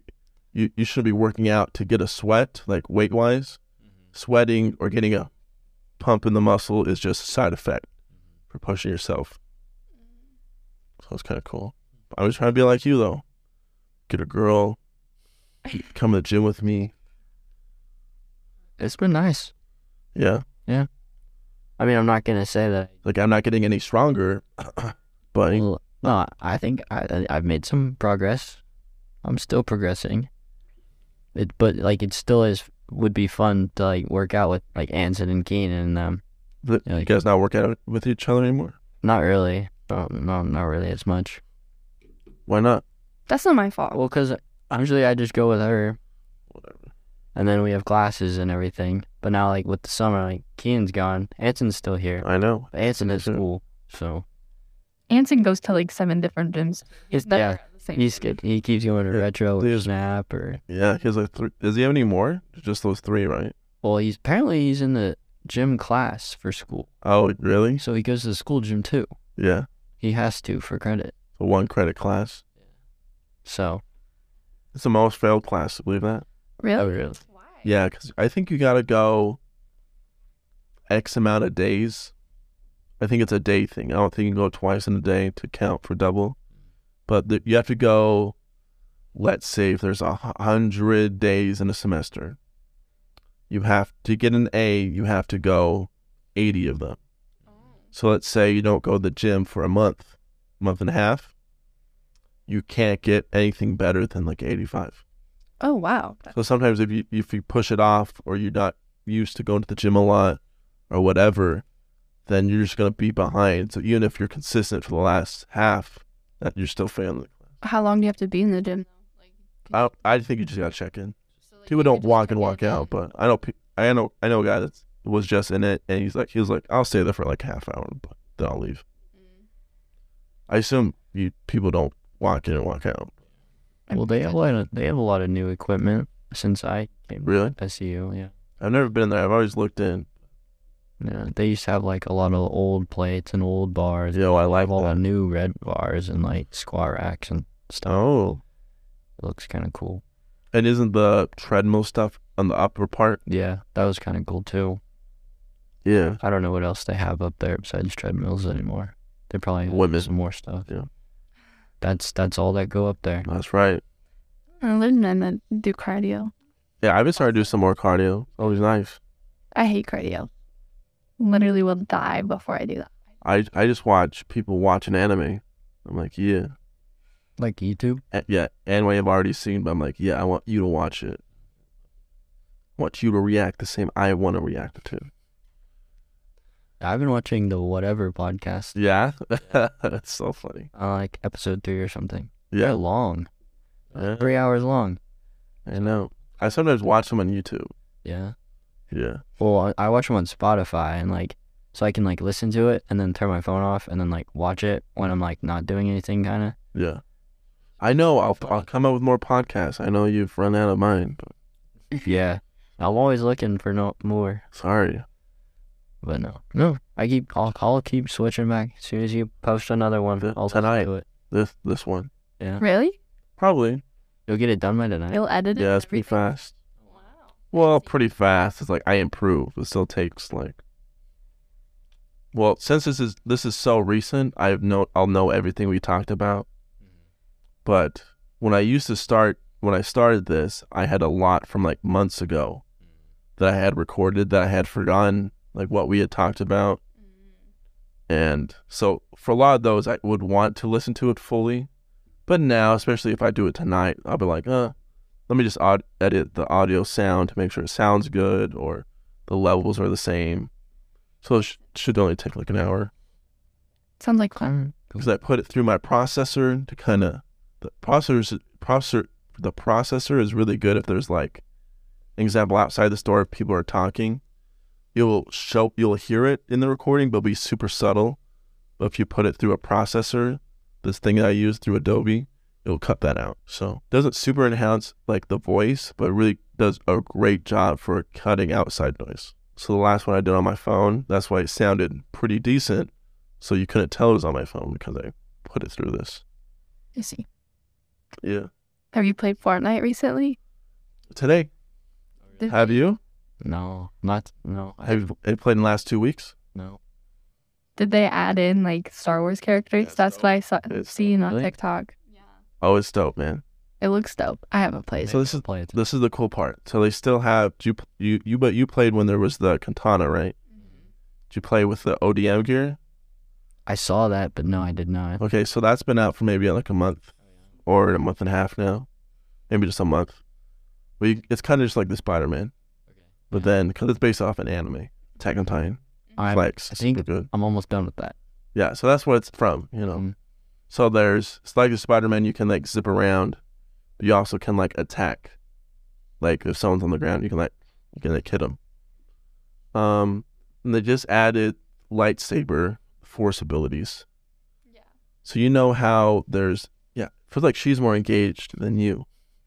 S2: you, you should be working out to get a sweat, like Mm-hmm. weight wise. Sweating or getting a pump in the muscle is just a side effect. for pushing yourself. So it's kind of cool. I was trying to be like you though. Get a girl, come to the gym with me.
S3: It's been nice.
S2: Yeah.
S3: I mean, I'm not gonna say that.
S2: Like I'm not getting any stronger, but
S3: Well, No, I think I I- I've made some progress. I'm still progressing. It, but like it still is would be fun to like work out with like Anson and Keenan and um
S2: the,
S3: Yeah,
S2: you
S3: like-
S2: guys not work out with each other anymore?
S3: not really no no not really as much.
S2: Why not?
S1: That's not my fault.
S3: Well, cause usually I just go with her,
S2: Whatever.
S3: and then we have classes and everything. But now like with the summer, like Keenan's gone, Anson's still here.
S2: I know.
S3: But Anson at
S2: Sure.
S3: school, so
S1: Anson goes to like seven different gyms.
S3: He's-
S1: never
S3: yeah,
S1: at the same
S3: he's good. He keeps going to
S2: Yeah,
S3: retro or
S2: there's-
S3: snap or
S2: Yeah, he has like three. Does he have any more? Just those three, right?
S3: well, he's apparently he's in the gym class for school.
S2: Oh, really?
S3: So he goes to the school gym too.
S2: Yeah.
S3: He has to for credit.
S2: So one credit class.
S3: So
S2: It's the most failed class. Believe that? Oh,
S1: Really?
S3: really?
S1: Why?
S2: Yeah, because I think you gotta go X amount of days. I think it's a day thing. I don't think you can go twice in a day to count for double, but th- you have to go. Let's say if there's a hu- hundred days in a semester, you have to get an A. You have to go eighty of them. So let's say you don't go to the gym for a month, month and a half. You can't get anything better than like eighty-five.
S1: Oh wow. That-
S2: So sometimes if you if you push it off or you're not used to going to the gym a lot or whatever, then you're just gonna be behind. So even if you're consistent for the last half, that you're still failing.
S1: How long do you have to be in the gym?
S2: I I think you just gotta check in. People don't walk and walk out, but I know pe- I know I know a guy that was just in it and he's like he was like I'll stay there for like a half hour, but then I'll leave. I assume you people don't walk in and walk out.
S3: Well, they have a lot. Of, they have a lot of new equipment since I came.
S2: Really?
S3: to SU, yeah.
S2: I've never been there. I've always looked in.
S3: Yeah, they used to have like a lot of old plates and old bars.
S2: Yo, I like
S3: have all the
S2: that.
S3: new red bars and like squat racks and stuff.
S2: Oh,
S3: It looks kind of cool.
S2: and isn't the treadmill stuff on the upper part?
S3: Yeah, that was kind of cool too.
S2: Yeah.
S3: I don't know what else they have up there besides treadmills anymore. They probably have
S2: Women.
S3: some more stuff.
S2: Yeah.
S3: That's that's all that go up there.
S2: That's right.
S1: I live in that do cardio.
S2: Yeah, I've been starting to do some more cardio. Always nice.
S1: I hate cardio. Literally will die before I do that.
S2: I I just watch people watching anime. I'm like, yeah,
S3: Like YouTube.
S2: A- yeah. Anime I've already seen, but I'm like, yeah, I want you to watch it. I want you to react the same I want to react to.
S3: I've been watching the whatever podcast.
S2: Yeah, that's so funny.
S3: uh, like episode three or something. They're
S2: Yeah,
S3: long.
S2: Yeah.
S3: Three hours long.
S2: I know. I sometimes watch them on YouTube.
S3: Yeah.
S2: Yeah,
S3: Well, I, I watch them on Spotify and like, so I can like listen to it and then turn my phone off and then like watch it when I'm like not doing anything, kind of.
S2: yeah. I know. I'll I'll come up with more podcasts. I know you've run out of mine. But
S3: yeah. I'm always looking for no more,
S2: sorry.
S3: but no, no. I keep, I'll, I'll keep switching back. As soon as you post another one,
S2: Th-
S3: I'll listen
S2: tonight.
S3: to it.
S2: This this one
S3: Yeah.
S1: Really?
S2: probably.
S3: You'll get it done by tonight.
S1: You'll edit it.
S2: Yeah,
S1: and
S2: it's pretty
S1: everything?
S2: fast.
S1: Wow.
S2: Well, pretty fast. It's like I improve. It still takes like. Well, since this is this is so recent, I've know I'll know everything we talked about. But when I used to start when I started this, I had a lot from like months ago that I had recorded that I had forgotten like what we had talked about. And so for a lot of those I would want to listen to it fully. But now, especially if I do it tonight, I'll be like, uh, let me just aud- edit the audio sound to make sure it sounds good or the levels are the same. So it sh- should only take like an hour
S1: Sounds like fun.
S3: Mm.
S2: because I put it through my processor to kind of the processor processor the processor is really good if there's like an example outside the store if people are talking it will show you'll hear it in the recording but be super subtle but if you put it through a processor this thing that I use through Adobe it'll cut that out so doesn't super enhance like the voice but really does a great job for cutting outside noise so the last one I did on my phone that's why it sounded pretty decent so you couldn't tell it was on my phone because I put it through this.
S1: I see.
S2: Yeah.
S1: Have you played Fortnite recently?
S2: Today,
S1: Did-
S2: have you?
S3: No, not, no. I
S2: Have you have you played in the last two weeks?
S3: no.
S4: Did they add in like Star Wars characters? That's
S2: That's dope.
S4: what I saw,
S2: It's
S4: seen on
S3: Really?
S4: TikTok.
S2: Oh, it's dope, man.
S4: It looks dope. I haven't played
S2: So
S4: it.
S2: this is
S3: Play it.
S2: this is the cool part. So they still have do you you you but you played when there was the Katana, right?
S1: Mm-hmm.
S2: Did you play with the ODM gear?
S3: I saw that, but no, I did not.
S2: Okay, so that's been out for maybe like a month or a month and a half now, maybe just a month. But you, it's kind of just like the Spider Man, but
S3: Yeah.
S2: then because it's based off an anime, Attack on Titan,
S3: I'm,
S2: Flex,
S3: I think-
S2: super good.
S3: I'm almost done with that.
S2: Yeah, so that's where it's from, you know.
S3: Mhm.
S2: So there's it's like the Spider Man, you can like zip around, but you also can like attack. Like if someone's on the ground, you can like you can like hit them. Um, and they just added lightsaber force abilities.
S1: Yeah.
S2: So you know how there's yeah, feels like she's more engaged than you.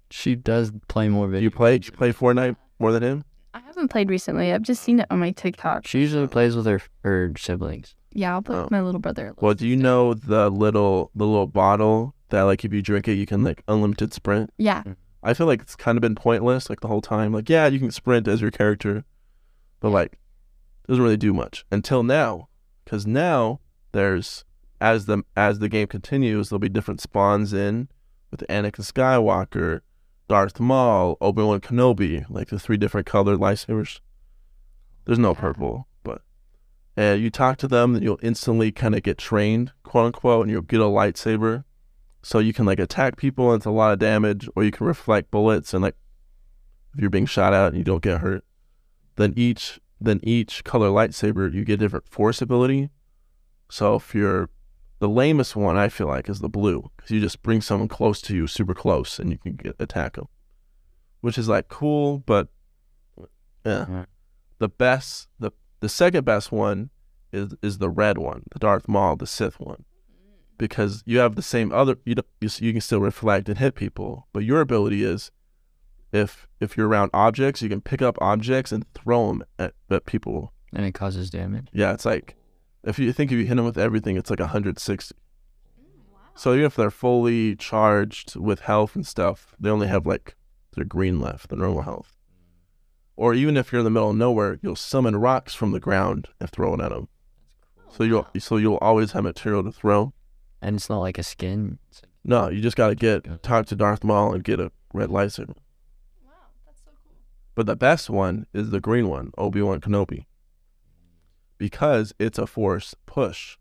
S3: She does play more
S2: Do
S3: video.
S2: you play do
S3: games
S2: you
S3: than
S2: play
S3: me.
S2: Fortnite more than him?
S1: Uh, I haven't played recently. I've just seen it on my TikTok.
S3: She usually plays with her her siblings.
S4: Yeah, I'll play
S2: Oh.
S4: with my little brother. a
S2: Well,
S4: little
S2: do you
S4: sister.
S2: know the little the little bottle that like if you drink it you can like unlimited sprint?
S4: Yeah.
S2: I feel like it's kind of been pointless like the whole time. Like, yeah, you can sprint as your character, but like, doesn't really do much until now. Because now there's as the as the game continues, there'll be different spawns in with Anakin Skywalker, Darth Maul, Obi Wan Kenobi, like the three different colored lightsabers. There's no
S4: Yeah.
S2: purple, but and you talk to them, and you'll instantly kind of get trained, quote unquote, and you'll get a lightsaber so you can like attack people and it's a lot of damage or you can reflect bullets and like if you're being shot at and you don't get hurt then each then each color lightsaber you get different force ability so if you're the lamest one i feel like is the blue because you just bring someone close to you super close and you can get, attack them which is like cool but yeah
S3: Yeah.
S2: the best the the second best one is is the red one the darth maul the sith one because you have the same other you don't, you, s- you can still reflect and hit people but your ability is if if you're around objects you can pick up objects and throw them at, at people
S3: And it causes damage.
S2: yeah it's like if you think if you hit them with everything it's like 160 so even if they're fully charged with health and stuff they only have like their green left their normal health or even if you're in the middle of nowhere you'll summon rocks from the ground and throw it at them so you'll so you'll always have material to throw
S3: And it's not like a skin. It's like-
S2: No, you just got to
S3: Got
S2: get
S3: it.
S2: talk to Darth Maul and get a red lightsaber. But the best one is the green one, Obi Wan Kenobi, because it's a force push.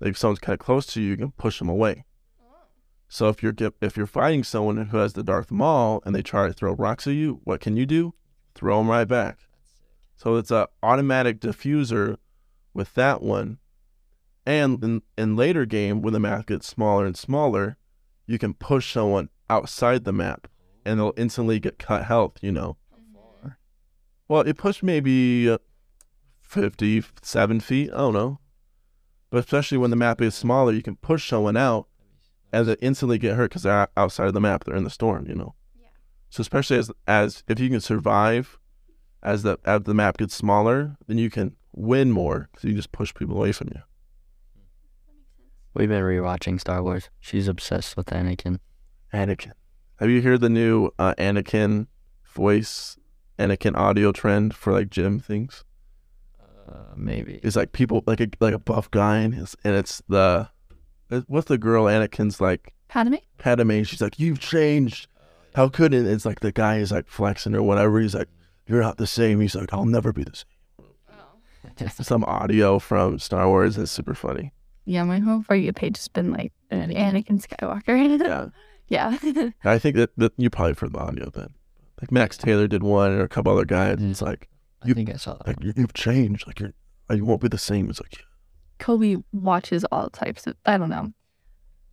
S2: Like if someone's kind of close to you, you can push them away. So if you're get, if you're fighting someone who has the Darth Maul and they try to throw rocks at you, what can you do? Throw them right back. So it's a automatic diffuser with that one. And in, in later game, when the map gets smaller and smaller, you can push someone outside the map and they'll instantly get cut health, you know. Well, it pushed maybe uh, 57 feet. I don't know. But especially when the map is smaller, you can push someone out and they instantly get hurt because they're o- outside of the map. They're in the storm, you know.
S1: Yeah.
S2: So especially as as if you can survive, as the as the map gets smaller, then you can win more because you just push people away from you.
S3: We've been rewatching Star Wars. She's obsessed with Anakin.
S2: Anakin. Have you heard the new uh, Anakin voice, Anakin audio trend for like gym things?
S3: Uh, maybe.
S2: It's like people like a like a buff guy and it's, and it's the it- what's the girl Anakin's like
S4: Padme?
S2: Padme she's like you've changed how could it it's like the guy is like flexing or whatever he's like you're not the same he's like I'll never be the same
S1: Oh.
S2: some audio from Star Wars is super funny
S4: Yeah, my whole For You page has been like Anakin Skywalker.
S2: yeah
S4: yeah.
S2: I think that, that you probably heard the audio then like Max Taylor did one or a couple other guys it's
S1: Mm.
S2: like
S3: I
S2: You-
S3: think I saw that.
S2: like
S3: one.
S2: you- you've changed like you're you won't be the same it's like
S4: Kobe watches all types of, I don't know.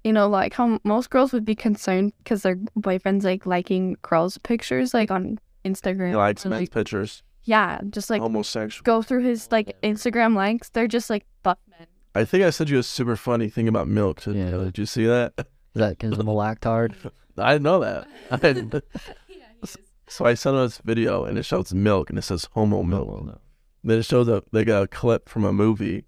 S1: You know, like how most girls would be concerned because their boyfriend's like liking girls' pictures, like on Instagram.
S2: he likes
S1: or,
S2: men's
S1: like-
S2: pictures Oh
S1: yeah, just like
S2: homosexual
S1: go through his like Instagram likes. They're just like buff men.
S2: I think I sent you a super funny thing about milk did,
S3: Yeah.
S2: did you see that
S3: Is that because of the lactard?
S2: I didn't know that. I didn't-
S1: Yeah,
S2: so I sent him this video and it shows milk and it says homo milk. Then it shows a like a clip from a movie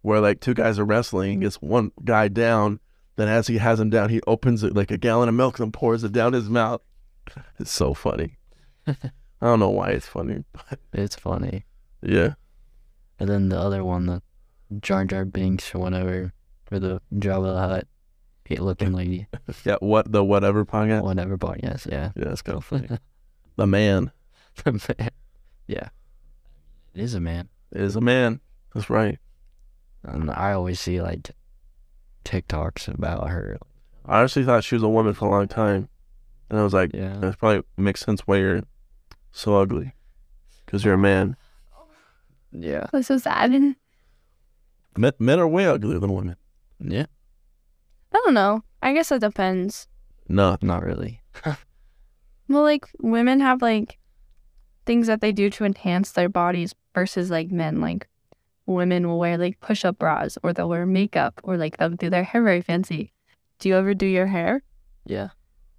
S2: where like two guys are wrestling and gets one guy down. Then as he has him down, he opens it like a gallon of milk and pours it down his mouth. It's so funny. I don't know why it's funny, but
S3: It's funny.
S2: yeah.
S3: And then the other one, the Jar Jar Binks or whatever for the Jabba the Hutt, it looking lady,
S2: Yeah, what the whatever podcast?
S3: whatever. But yes, yeah.
S2: Yeah, that's kind of funny. the man
S3: The man. Yeah, it is a man.
S2: is a man. That's right.
S3: And I always see like TikToks about her.
S2: I honestly thought she was a woman for a long time, and I was like, uh,
S3: Yeah.
S2: that probably makes sense why you're so ugly, because you're a man.
S3: Yeah.
S4: That's so sad.
S2: Men, men are way uglier than women.
S3: Yeah.
S1: I don't know. I guess it depends.
S2: No,
S3: Not really.
S1: Well, like women have like
S4: Things that they do to enhance their bodies versus like men. Like women will wear like push up bras or they'll wear makeup or like they'll do their hair very fancy.
S1: do you ever do your hair?
S3: Yeah.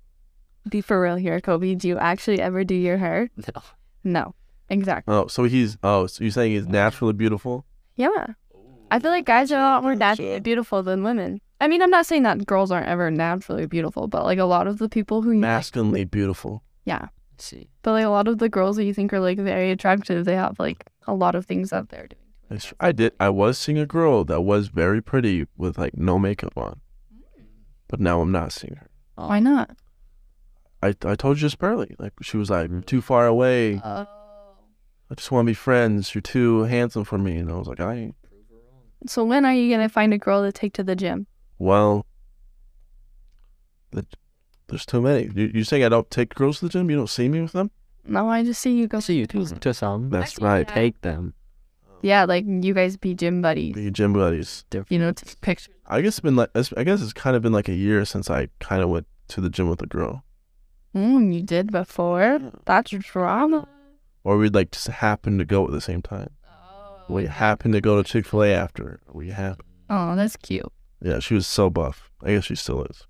S1: Be for real here, Kobe. Do you actually ever do your hair?
S3: No.
S1: No. Exactly.
S2: Oh, so he's oh, so you're saying he's naturally beautiful?
S1: Yeah. I feel like guys are a lot more naturally beautiful than women. I mean, I'm not saying that girls aren't ever naturally beautiful, but like a lot of the people who,
S2: Masculinely beautiful.
S3: Let's see.
S1: but like a lot of the girls that you think are like very attractive, they have like a lot of things that they're doing.
S2: That's tr- I did. I was seeing a girl that was very pretty with like no makeup on,
S1: Hmm.
S2: but now I'm not seeing her.
S4: Why not?
S2: I I told you just barely. Like she was like too far away.
S1: Oh.
S3: Uh,
S2: I just want to be friends. You're too handsome for me. And I was like, I ain't.
S1: So when are you gonna find a girl to take to the gym?
S2: Well, the, there's too many. You, you're saying I don't take girls to the gym? You don't see me with them?
S1: No, I just see you go.
S3: so you to, to some
S2: That's right.
S3: take them.
S1: Yeah, like you guys be gym buddies.
S2: Be gym buddies.
S3: Different.
S1: You know, take pictures.
S2: I guess it's been like it's- I guess it's kind of been like a year since I kind of went to the gym with a girl,
S1: Mm, you did before. That's your drama.
S2: or we'd like just happen to go at the same time.
S1: Oh,
S2: We happened to go to Chick Fil A after. We happened.
S4: Oh, that's cute.
S2: Yeah, she was so buff. I guess she still is.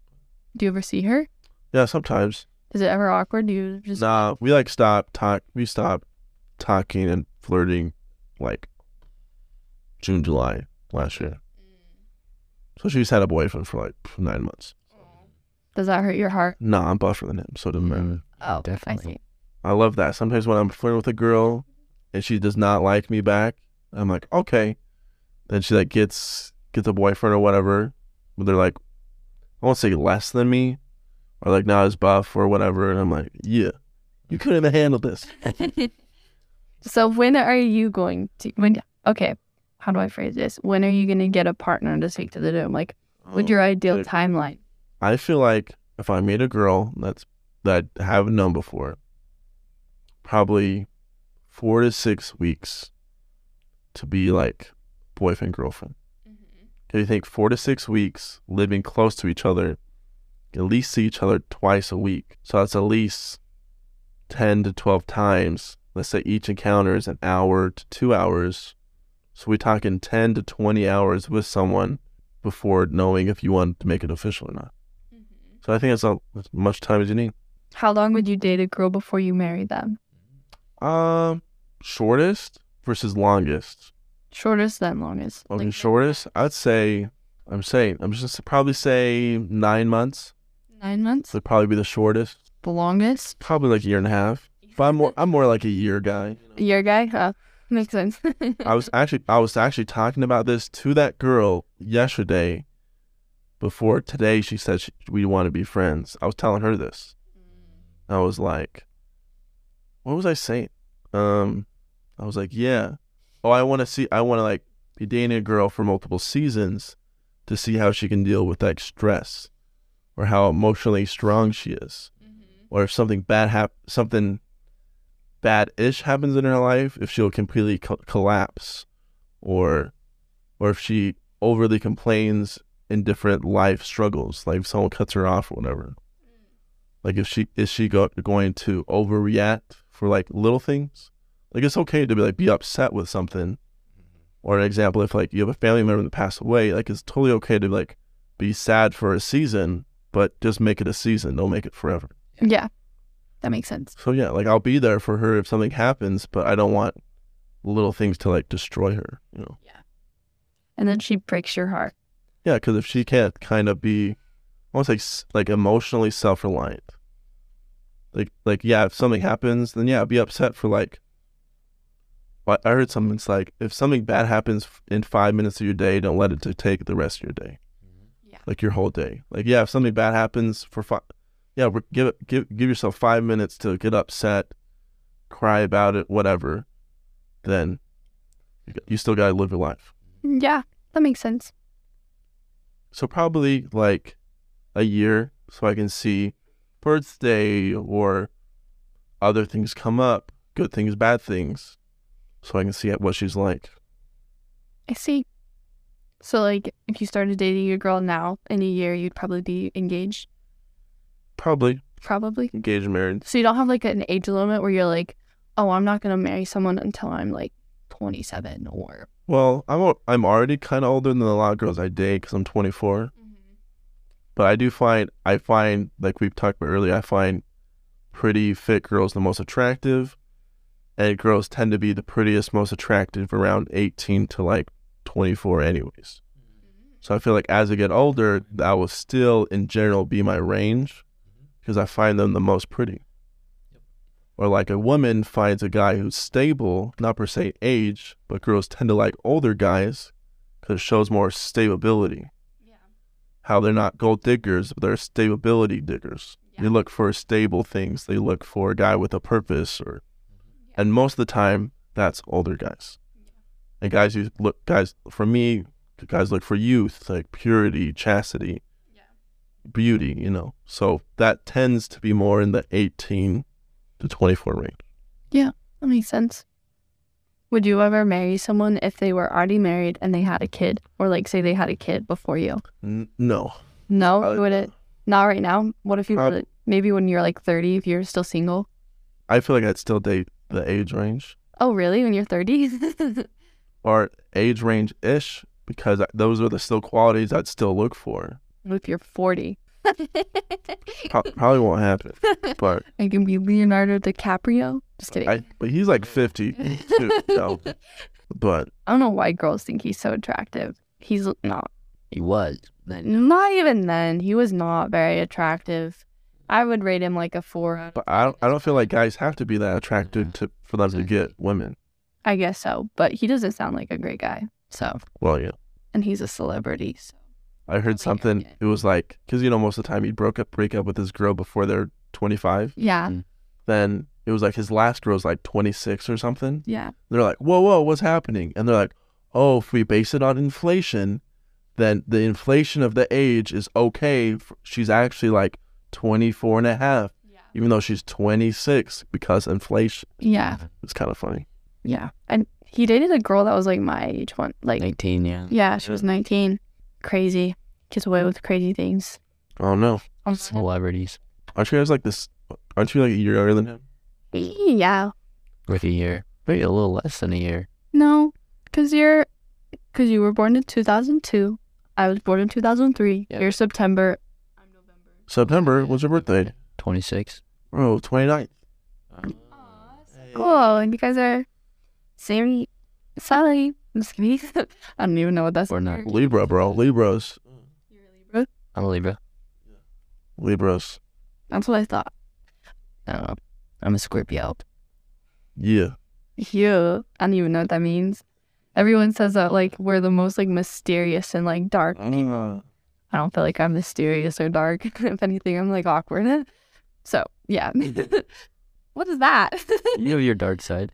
S1: Do you ever see her?
S2: Yeah, sometimes.
S1: Is it ever awkward? Do you just
S2: Nah, we like stop talk. We stopped talking and flirting, like June, July last year. So she's had a boyfriend for like pff, nine months.
S1: does that hurt your heart?
S2: Nah, I'm buffer than him, so it doesn't matter.
S3: Mhm.
S4: Oh,
S3: Definitely.
S2: I love that. Sometimes when I'm flirting with a girl and she does not like me back, I'm like, okay. Then she like gets gets a boyfriend or whatever, but they're like, I won't say less than me, or like not as buff or whatever, and I'm like, yeah, you couldn't even handle this.
S1: So when are you going to?
S4: When okay, how do I phrase this? When are you gonna get a partner to take to the gym? Like, what's your ideal
S2: Oh, good.
S4: timeline?
S2: I feel like if I meet a girl that's that I haven't known before, probably four to six weeks to be like boyfriend girlfriend. Do you think four to six weeks living close to each other, at least see each other twice a week? So that's at least ten to twelve times. Let's say each encounter is an hour to two hours. So we talking ten to twenty hours with someone before knowing if you want to make it official or not. So I think that's all as much time as you need.
S4: How long would you date a girl before you marry them?
S2: Um, shortest versus longest.
S1: Shortest than longest.
S2: I mean, shortest, I'd say. I'm saying I'm just gonna probably say nine months.
S1: Nine months.
S2: Would probably be the shortest.
S1: The longest.
S2: Probably like a year and a half. But I'm more I'm more like a year guy.
S1: Your guy.
S4: Oh,
S1: Uh, makes sense.
S2: I was actually I was actually talking about this to that girl yesterday. Before today, she said she, we want to be friends. I was telling her this. I was like, "What was I saying?" Um, I was like, "Yeah, oh, I want to see. I want to like be dating a girl for multiple seasons to see how she can deal with like stress, or how emotionally strong she is, or if something bad hap- something bad ish happens in her life, if she'll completely co- collapse, or or if she overly complains in different life struggles, like if someone cuts her off or whatever. Like if she is she go, going to overreact for like little things? Like it's okay to be like be upset with something. Or an example, if like you have a family member that passed away, like it's totally okay to like be sad for a season, but just make it a season. Don't make it forever.
S4: Yeah, that makes sense.
S2: So yeah, like I'll be there for her if something happens, but I don't want little things to like destroy her, you know.
S4: And then she breaks your heart.
S2: Yeah, because if she can't kind of be almost like s- like emotionally self reliant, like like yeah, if something happens, then yeah, be upset for like But I heard something. It's like if something bad happens f- in five minutes of your day, don't let it to take the rest of your day.
S3: Mm-hmm.
S5: Yeah.
S2: Like your whole day. Like yeah, if something bad happens for five, yeah, re- give it- give give yourself five minutes to get upset, cry about it, whatever. Then you, g- you still gotta live your life.
S5: Yeah, that makes sense.
S2: So probably like a year, so I can see birthday or other things come up, good things, bad things, so I can see what she's like.
S5: I see. So like, if you started dating your girl now, in a year you'd probably be engaged.
S2: Probably
S5: Probably.
S2: engaged, married.
S5: So you don't have like an age limit where you're like, oh, I'm not gonna marry someone until I'm like 27 or.
S2: Well, I'm al- I'm already kind of older than a lot of girls I date because I'm 24. But I do find I find like we've talked about earlier, I find pretty fit girls the most attractive, and girls tend to be the prettiest, most attractive around 18 to like 24, anyways. So I feel like as I get older, that will still in general be my range because I find them the most pretty. Or like a woman finds a guy who's stable, not per se age, but girls tend to like older guys because it shows more stability. How they're not gold diggers, but they're stability diggers. They look for stable things. They look for a guy with a purpose, or and most of the time that's older guys. And guys who look guys for me, guys look for youth, like purity, chastity beauty, you know. So that tends to be more in the 18 to 24 range.
S5: That makes sense.
S1: Would you ever marry someone if they were already married and they had a kid, or like say they had a kid before you?
S2: N- no.
S1: No,
S2: Uh,
S1: you wouldn't. Not right now. What if you
S2: prob-
S1: wouldn't? maybe when you're like thirty, if you're still single?
S2: I feel like I'd still date the age range
S1: Oh, really? When you're thirty?
S2: or age range ish because I- those are the still qualities I'd still look for.
S1: what if you're forty?
S2: Pro- probably won't happen. But
S1: I can be Leonardo DiCaprio. Just kidding. I,
S2: I but he's like 50 too. So. But
S1: don't know why girls think he's so attractive. He's not.
S3: He was. Then
S1: Not even then. He was not very attractive. I would rate him like a four. out of-
S2: but I don't, I don't feel like guys have to be that attractive to for them to get women.
S1: I guess so. But he doesn't sound like a great guy. So,
S2: Well, yeah.
S1: and he's a celebrity. So.
S2: I heard something. It was like because you know most of the time he broke up break up with his girl before they're 25.
S1: Yeah.
S2: then it was like his last girl was like 26 or something.
S1: Yeah.
S2: They're like, whoa, whoa, what's happening? And they're like, oh, if we base it on inflation, then the inflation of the age is okay. F- She's actually like 24 and a half, even though she's 26 because inflation.
S1: Yeah.
S2: It's kind of funny.
S1: Yeah. And he dated a girl that was like my age one. Like,
S3: 19, yeah.
S1: yeah, she was 19. Crazy. Gets away with crazy things.
S2: Oh, no.
S3: Celebrities
S2: Aren't you guys like this? Aren't you like a year older than him?
S1: Yeah.
S3: with a year. Maybe a little less than a year.
S1: No. Because you're, because you were born in 2002. I was born in 2003.
S3: Yeah.
S1: You're September.
S2: September was your birthday.
S3: 26.
S2: Oh, 29th.
S1: Uh-huh. Cool. And you guys are same. Sorry. I'm just kidding. I don't even know what that's.
S3: Or not.
S2: Libra, bro. Libras.
S3: I'm a Libra.
S2: Libras.
S1: That's what I thought.
S3: I don't know. I'm a Scorpio.
S2: Yeah.
S1: You. I don't even know what that means. Everyone says that like we're the most like mysterious and like dark.
S2: uh,
S1: I don't feel like I'm mysterious or dark. if anything, I'm like awkward. So yeah. what is that?
S3: You have your dark side.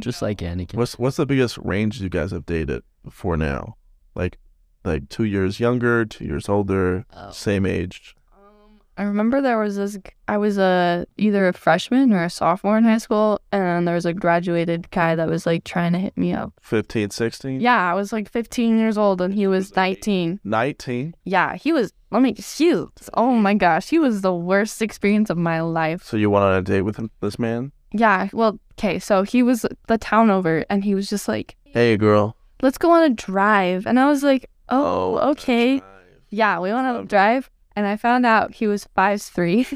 S3: Just like Anakin.
S2: What's what's the biggest range you guys have dated before now? Like like two years younger, two years older,
S3: Oh.
S2: same age.
S1: um, I remember there was this. g- I was a either a freshman or a sophomore in high school, and there was a graduated guy that was like trying to hit me up.
S2: 15, 16?
S1: Yeah, I was like 15 years old, and he was 19.
S2: 19.
S1: Yeah, he was. Let me. Shoot. Oh my gosh, he was the worst experience of my life.
S2: So you went on a date with him, this man?
S1: Yeah, well, okay, so he was the town over and he was just like,
S2: Hey girl.
S1: let's go on a drive. And I was like, oh, okay. Yeah, we went
S2: Um,
S1: on a drive. And I found out he was five three.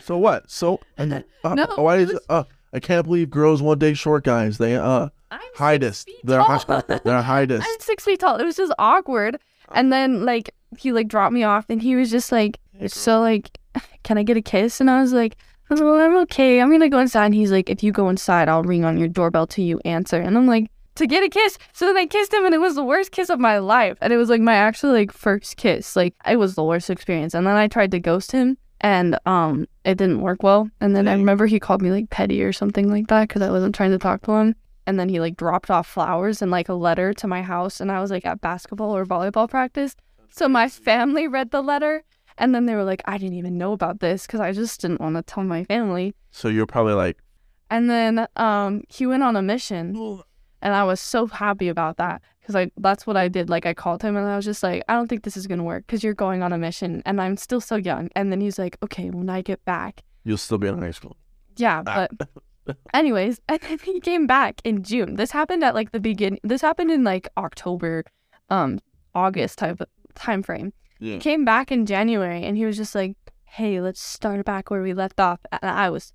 S2: So what? So and then, uh,
S1: No,
S2: why
S1: it
S2: is uh I can't believe girls one day short guys. They uh hide us. They're hi- they're Uh. hide us.
S1: I'm six feet tall. It was just awkward.
S5: And then like he like dropped me off and he was just like so like can I get a kiss? And I was like,
S1: I was like, well, I'm okay. I'm gonna go inside. And he's like, if you go inside, I'll ring on your doorbell till you answer. And I'm like, to get a kiss. So then I kissed him, and it was the worst kiss of my life. And it was like my actual like first kiss. Like it was the worst experience. And then I tried to ghost him, and um, it didn't work well. And then I remember he called me like petty or something like that because I wasn't trying to talk to him. And then he like dropped off flowers and like a letter to my house, and I was like at basketball or volleyball practice. So my family read the letter, and then they were like, I didn't even know about this because I just didn't want to tell my family.
S2: So you're probably like,
S1: And then um, he went on a mission,
S2: "Well,
S1: and I was so happy about that because I that's what I did. Like I called him, and I was just like, I don't think this is gonna work because you're going on a mission, and I'm still so young. And then he's like, Okay, when I get back,
S2: you'll still be in high school.
S1: yeah,
S2: Ah.
S1: but anyways, and then he came back in June. This happened at like the begin. This happened in like October, um, August type of time frame.
S2: Yeah.
S1: He came back in January and he was just like, "Hey, let's start back where we left off." And I was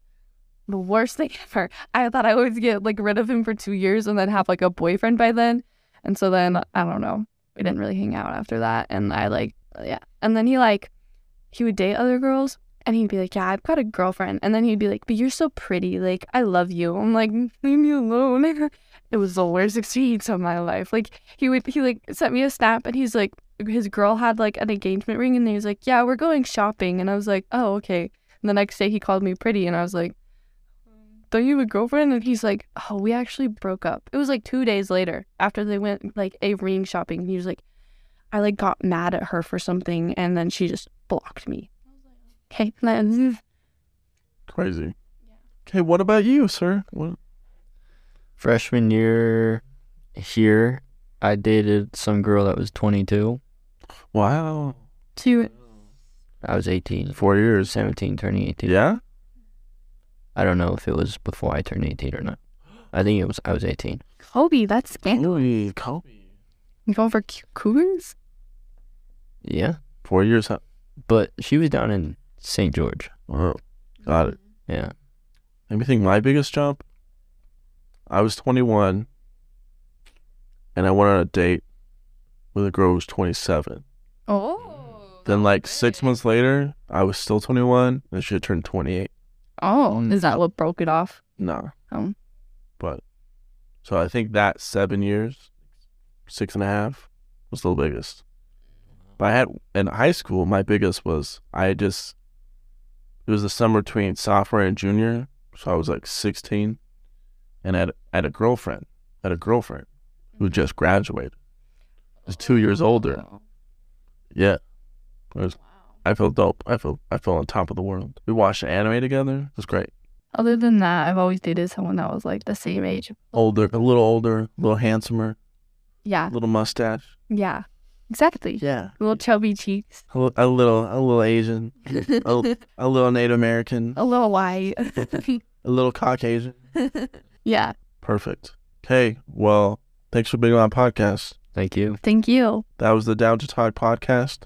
S1: the worst thing ever. I thought I would get like rid of him for two years and then have like a boyfriend by then. And so then I don't know. We didn't really hang out after that. And I like yeah. And then he like he would date other girls and he'd be like, Yeah, I've got a girlfriend. And then he'd be like, But you're so pretty. Like, I love you. I'm like, Leave me alone. it was the worst experience of my life. Like, he would, he like sent me a snap and he's like, His girl had like an engagement ring and he was like, Yeah, we're going shopping. And I was like, Oh, okay. And the next day he called me pretty and I was like, Don't you have a girlfriend? And he's like, Oh, we actually broke up. It was like two days later after they went like a ring shopping. He was like, I like got mad at her for something and then she just blocked me. Okay, then
S2: Crazy. Okay, what about you, sir? What?
S3: Freshman year here, I dated some girl that was 22.
S2: Wow.
S1: two
S3: I was 18,
S2: Four years.
S3: 17, turning 18.
S2: Yeah?
S3: I don't know if it was before I turned 18 or not. I think it was I was 18.
S1: Kobe, that's scandal.
S2: Holy Kobe.
S1: You going for cu- cougars?
S3: Yeah,
S2: Four years. huh?
S3: but she was down in St. George.
S2: Wow. Got it.
S3: Yeah.
S2: Let me think. My biggest jump. I was 21, and I went on a date with a girl who was 27.
S4: Oh.
S2: Then, like six months later, I was still 21, and she had turned 28.
S4: Oh, is that what broke it off?
S2: Nah.
S4: Oh.
S2: But, so I think that seven years, six and a half, was the biggest. But I had in high school, my biggest was I just. It was the summer between sophomore and junior, so I was like 16, and I had, I had a girlfriend, I had a girlfriend
S1: Mm-hmm.
S2: who just graduated, was two years older. Yeah, I, was, I felt dope. I felt I felt on top of the world. We watched anime together. It was great.
S4: Other than that, I've always dated someone that was like the same age.
S2: older, a little older, a little handsomer,
S4: Yeah,
S2: a little mustache.
S4: yeah, exactly.
S2: Yeah.
S4: Little chubby cheeks,
S2: A little, a little, a little Asian, a, a little Native American,
S4: a little white.
S2: a little Caucasian.
S4: yeah,
S2: Perfect. Okay. Well, thanks for being on my podcast.
S3: Thank you.
S4: thank you.
S2: That was the Down to Talk podcast.